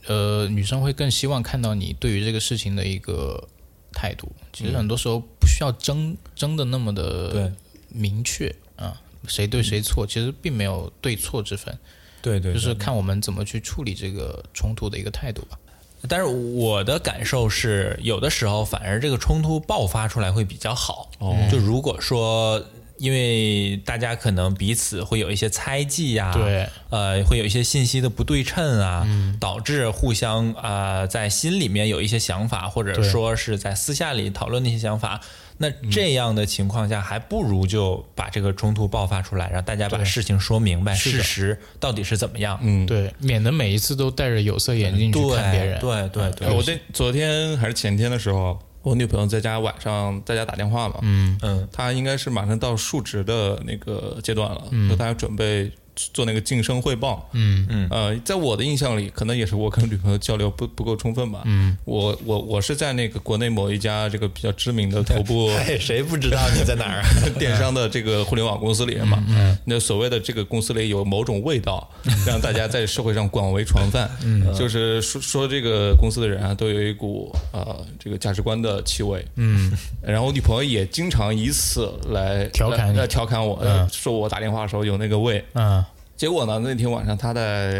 Speaker 1: 呃，女生会更希望看到你对于这个事情的一个态度。其实很多时候不需要争争的那么
Speaker 3: 对
Speaker 1: 的明确啊，谁对谁错，其实并没有对错之分，
Speaker 3: 对对，
Speaker 1: 就是看我们怎么去处理这个冲突的一个态度吧。
Speaker 3: 但是我的感受是，有的时候反而这个冲突爆发出来会比较好。哦，就如果说。因为大家可能彼此会有一些猜忌呀、
Speaker 1: 对，
Speaker 3: 呃，会有一些信息的不对称啊，导致互相啊在心里面有一些想法，或者
Speaker 1: 对
Speaker 3: 说是在私下里讨论的一些想法。那这样的情况下，还不如就把这个冲突爆发出来，让大家把
Speaker 1: 对
Speaker 3: 事情说明白，
Speaker 1: 是
Speaker 3: 事
Speaker 1: 的
Speaker 3: 实到底是怎么样。
Speaker 2: 嗯，
Speaker 1: 对，免得每一次都戴着有色眼镜去看别
Speaker 3: 对
Speaker 1: 人。
Speaker 3: 对对对，
Speaker 2: 哎我那昨天还是前天的时候，我女朋友在家晚上在家打电话嘛，嗯
Speaker 3: 嗯，
Speaker 2: 她应该是马上到述职的那个阶段了，嗯，她要准备做那个晋升汇报，
Speaker 1: 嗯
Speaker 2: 嗯，呃，在我的印象里，可能也是我跟女朋友交流不不够充分吧，嗯，我我我是在那个国内某一家这个比较知名的头部
Speaker 3: [laughs] 哎，谁不知道你在哪儿啊？
Speaker 2: [laughs] 电商的这个互联网公司里面嘛，嗯，那所谓的这个公司里有某种味 [laughs] 道，让大家在社会上广为传泛，嗯，就是说说这个公司的人啊，都有一股呃这个价值观的气味，嗯， [laughs] 然后我女朋友也经常以此来
Speaker 1: 调侃你
Speaker 2: 来来调侃我，呃说我打电话的时候有那个味，
Speaker 1: 嗯
Speaker 2: 结果呢，那天晚上他在，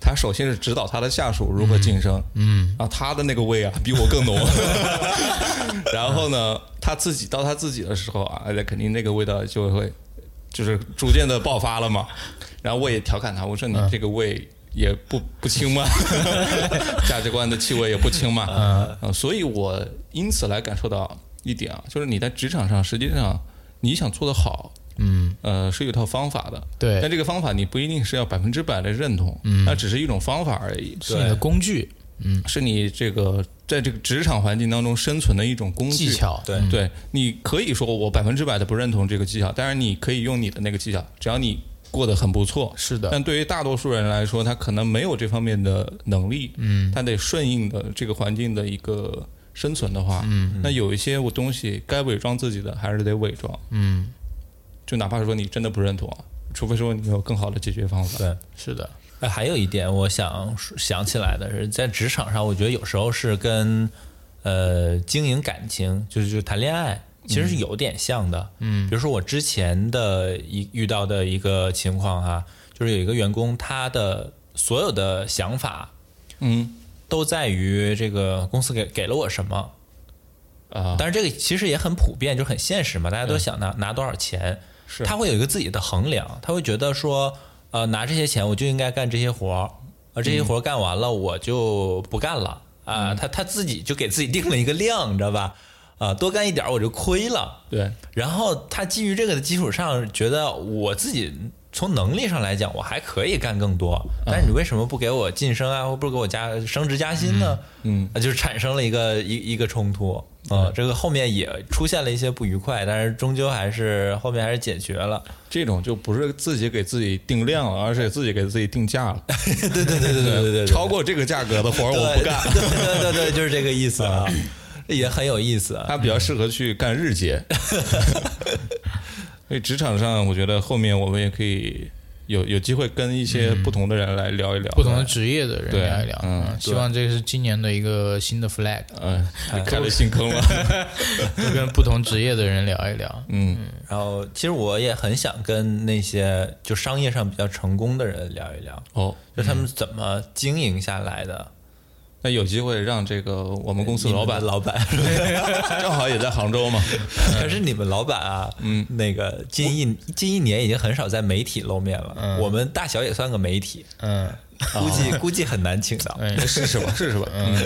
Speaker 2: 他首先是指导他的下属如何晋升，嗯，然后他的那个味啊比我 [laughs] 更浓，然后呢，他自己到他自己的时候啊，那肯定那个味道就会就是逐渐的爆发了嘛。然后我也调侃他，我说你
Speaker 1: 嗯
Speaker 2: 这个味也不不轻嘛， [laughs] 价值观的气味也不轻嘛，
Speaker 1: 嗯
Speaker 2: 啊，所以我因此来感受到一点啊，就是你在职场上实际上你想做得好，
Speaker 1: 嗯，
Speaker 2: 呃，是有一套方法的。
Speaker 1: 对
Speaker 2: 但这个方法你不一定是要百分之百的认同，嗯，那只是一种方法而已，
Speaker 1: 是你的工具
Speaker 2: 是你这个在这个职场环境当中生存的一种工具
Speaker 1: 技。巧。
Speaker 3: 对
Speaker 2: 对，你可以说我百分之百的不认同这个技巧，当然你可以用你的那个技巧，只要你过得很不错。
Speaker 1: 是的，
Speaker 2: 但对于大多数人来说，他可能没有这方面的能力，嗯，他得顺应的这个环境的一个生存的话，嗯，那有一些我东西该伪装自己的还是得伪装，
Speaker 1: 嗯，
Speaker 2: 就哪怕说你真的不认同啊，除非说你有更好的解决方法。
Speaker 3: 对，
Speaker 1: 是的，
Speaker 3: 哎，还有一点我想想起来的是，在职场上，我觉得有时候是跟呃经营感情，就是就是谈恋爱，其实是有点像的。嗯，比如说我之前的一遇到的一个情况哈、就是有一个员工，他的所有的想法
Speaker 2: 嗯
Speaker 3: 都在于这个公司给给了我什么，
Speaker 2: 啊，嗯
Speaker 3: 但是这个其实也很普遍，就很现实嘛，大家都想拿拿多少钱，
Speaker 2: 是
Speaker 3: 他会有一个自己的衡量，他会觉得说，呃，拿这些钱我就应该干这些活儿，而这些活儿干完了我就不干了啊、
Speaker 2: 嗯
Speaker 3: 他他自己就给自己定了一个量，你知道吧？啊、多干一点儿我就亏了。
Speaker 2: 对，
Speaker 3: 然后他基于这个的基础上，觉得我自己从能力上来讲，我还可以干更多，
Speaker 2: 嗯
Speaker 3: 但是你为什么不给我晋升啊，或不给我加升职加薪呢？
Speaker 2: 嗯
Speaker 3: 啊，就是产生了一个一一个冲突啊、这个后面也出现了一些不愉快，但是终究还是后面还是解决了。
Speaker 2: 这种就不是自己给自己定量了，而是自己给自己定价 [laughs] 了。
Speaker 3: 对对对对对对对对，
Speaker 2: 超过这个价格的活儿哦我不干。
Speaker 3: 对 [laughs] 对对对，就是这个意思啊，也很有意思啊。
Speaker 2: [laughs] 他比较适合去干日结，所以职场上，我觉得后面我们也可以有有机会跟一些不同的人来聊一聊哎
Speaker 1: 不同的职业的人
Speaker 2: 对
Speaker 1: 聊一聊。
Speaker 2: 嗯
Speaker 1: 嗯，希望这个是今年的一个新的 flag，
Speaker 2: 嗯，开了新坑了， [laughs]
Speaker 1: 就跟不同职业的人聊一聊。
Speaker 2: 嗯，
Speaker 3: 然后其实我也很想跟那些就商业上比较成功的人聊一聊，
Speaker 2: 哦，
Speaker 3: 就他们是怎么经营下来的。
Speaker 2: 那有机会让这个我们公司
Speaker 3: 你们
Speaker 2: 老
Speaker 3: 的
Speaker 2: 板，
Speaker 3: 老板，
Speaker 1: [laughs]
Speaker 3: [laughs]
Speaker 2: 正好也在杭州嘛，
Speaker 3: 可是你们老板啊，嗯，那个近一近一年已经很少在媒体露面了。我们大小也算个媒体，
Speaker 1: 嗯，
Speaker 3: 估计估计很难请到。
Speaker 1: 哎，
Speaker 2: [laughs] 试试吧，试试吧，嗯，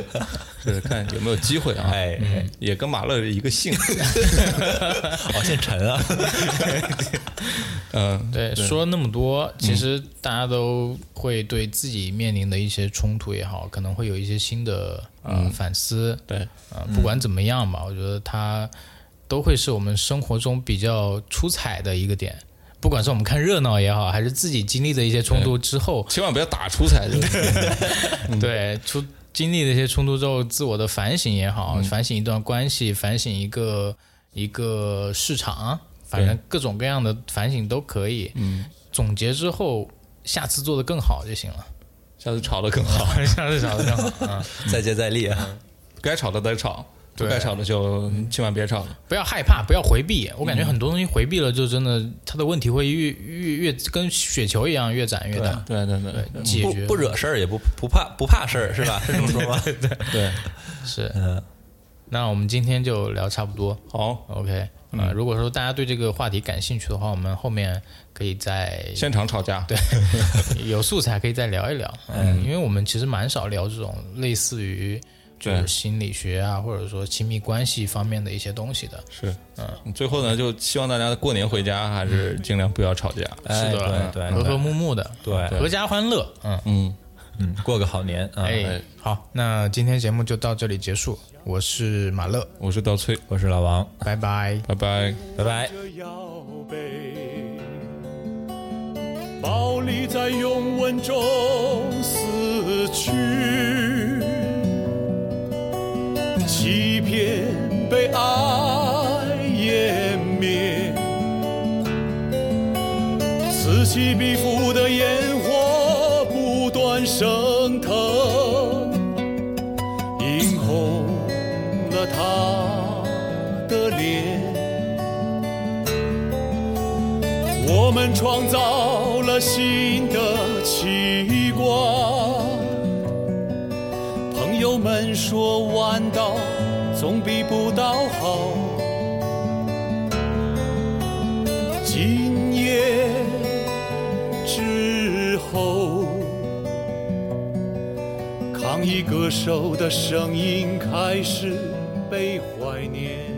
Speaker 2: 试试看有没有机会
Speaker 1: 嗯
Speaker 2: 啊，
Speaker 3: 哎，哎
Speaker 2: 也跟马乐一个姓，
Speaker 3: 哦，姓陈啊， [laughs]
Speaker 2: 嗯，
Speaker 1: 对，说了那么多，其实大家都会对自己面临的一些冲突也好，可能会有一些新的呃反思。
Speaker 2: 对，
Speaker 1: 呃，不管怎么样吧，我觉得它都会是我们生活中比较出彩的一个点。不管是我们看热闹也好，还是自己经历的一些冲突之后，
Speaker 2: 千万不要打出彩，就是
Speaker 1: 对，出经历了一些冲突之后，自我的反省也好，反省一段关系，反省一个一个市场，反正各种各样的反省都可以。
Speaker 2: 嗯，
Speaker 1: 总结之后，下次做得更好就行了。
Speaker 2: 下次吵得更好，
Speaker 1: [laughs] 下次找得更好啊！
Speaker 3: 再接再厉
Speaker 1: 嗯
Speaker 3: 啊。
Speaker 2: 该吵的再吵，不
Speaker 1: 对
Speaker 2: 该吵的就嗯千万别吵了，
Speaker 1: 不要害怕，不要回避。我感觉很多东西回避了，就真的它的问题会越越越跟雪球一样越攒越大。
Speaker 2: 对对对对
Speaker 1: 解
Speaker 3: 不
Speaker 1: 决
Speaker 3: 嗯不惹事儿，也不不怕不怕事儿，是吧？是这么说
Speaker 1: [laughs]
Speaker 3: 吗？
Speaker 2: 对，
Speaker 1: 是，
Speaker 3: 嗯，
Speaker 1: 那我们今天就聊差不多。
Speaker 2: 好，
Speaker 1: OK，呃，
Speaker 3: 嗯
Speaker 1: 如果说大家对这个话题感兴趣的话，我们后面可以再
Speaker 2: 现场吵架，对，
Speaker 1: 有素材可以再聊一
Speaker 3: [laughs]
Speaker 1: 聊，嗯，因为我们其实蛮少聊这种类似于就是
Speaker 2: 对
Speaker 1: 心理学啊，或者说亲密关系方面的一些东西的。
Speaker 2: 是，嗯，最后呢，就希望大家过年回家还是尽量不要吵架，
Speaker 3: 哎
Speaker 1: 是的，嗯
Speaker 3: 对
Speaker 1: 和
Speaker 3: 对
Speaker 1: 和睦睦的，
Speaker 3: 对对
Speaker 1: 阖家欢乐，嗯，
Speaker 2: 嗯，
Speaker 3: 嗯，过个好年啊！
Speaker 1: 哎，好，那今天节目就到这里结束，我是马乐，
Speaker 2: 我是刀崔，
Speaker 3: 我是老王，
Speaker 1: 拜拜。
Speaker 2: 拜拜。
Speaker 3: 拜拜。
Speaker 4: 着腰背，暴力在拥吻中死去，欺骗被爱湮灭，此起彼伏的烟火不断升腾，映红了他的脸。我们创造了新的奇观。朋友们说弯道总比不倒好。今夜之后，抗议歌手的声音开始被怀念。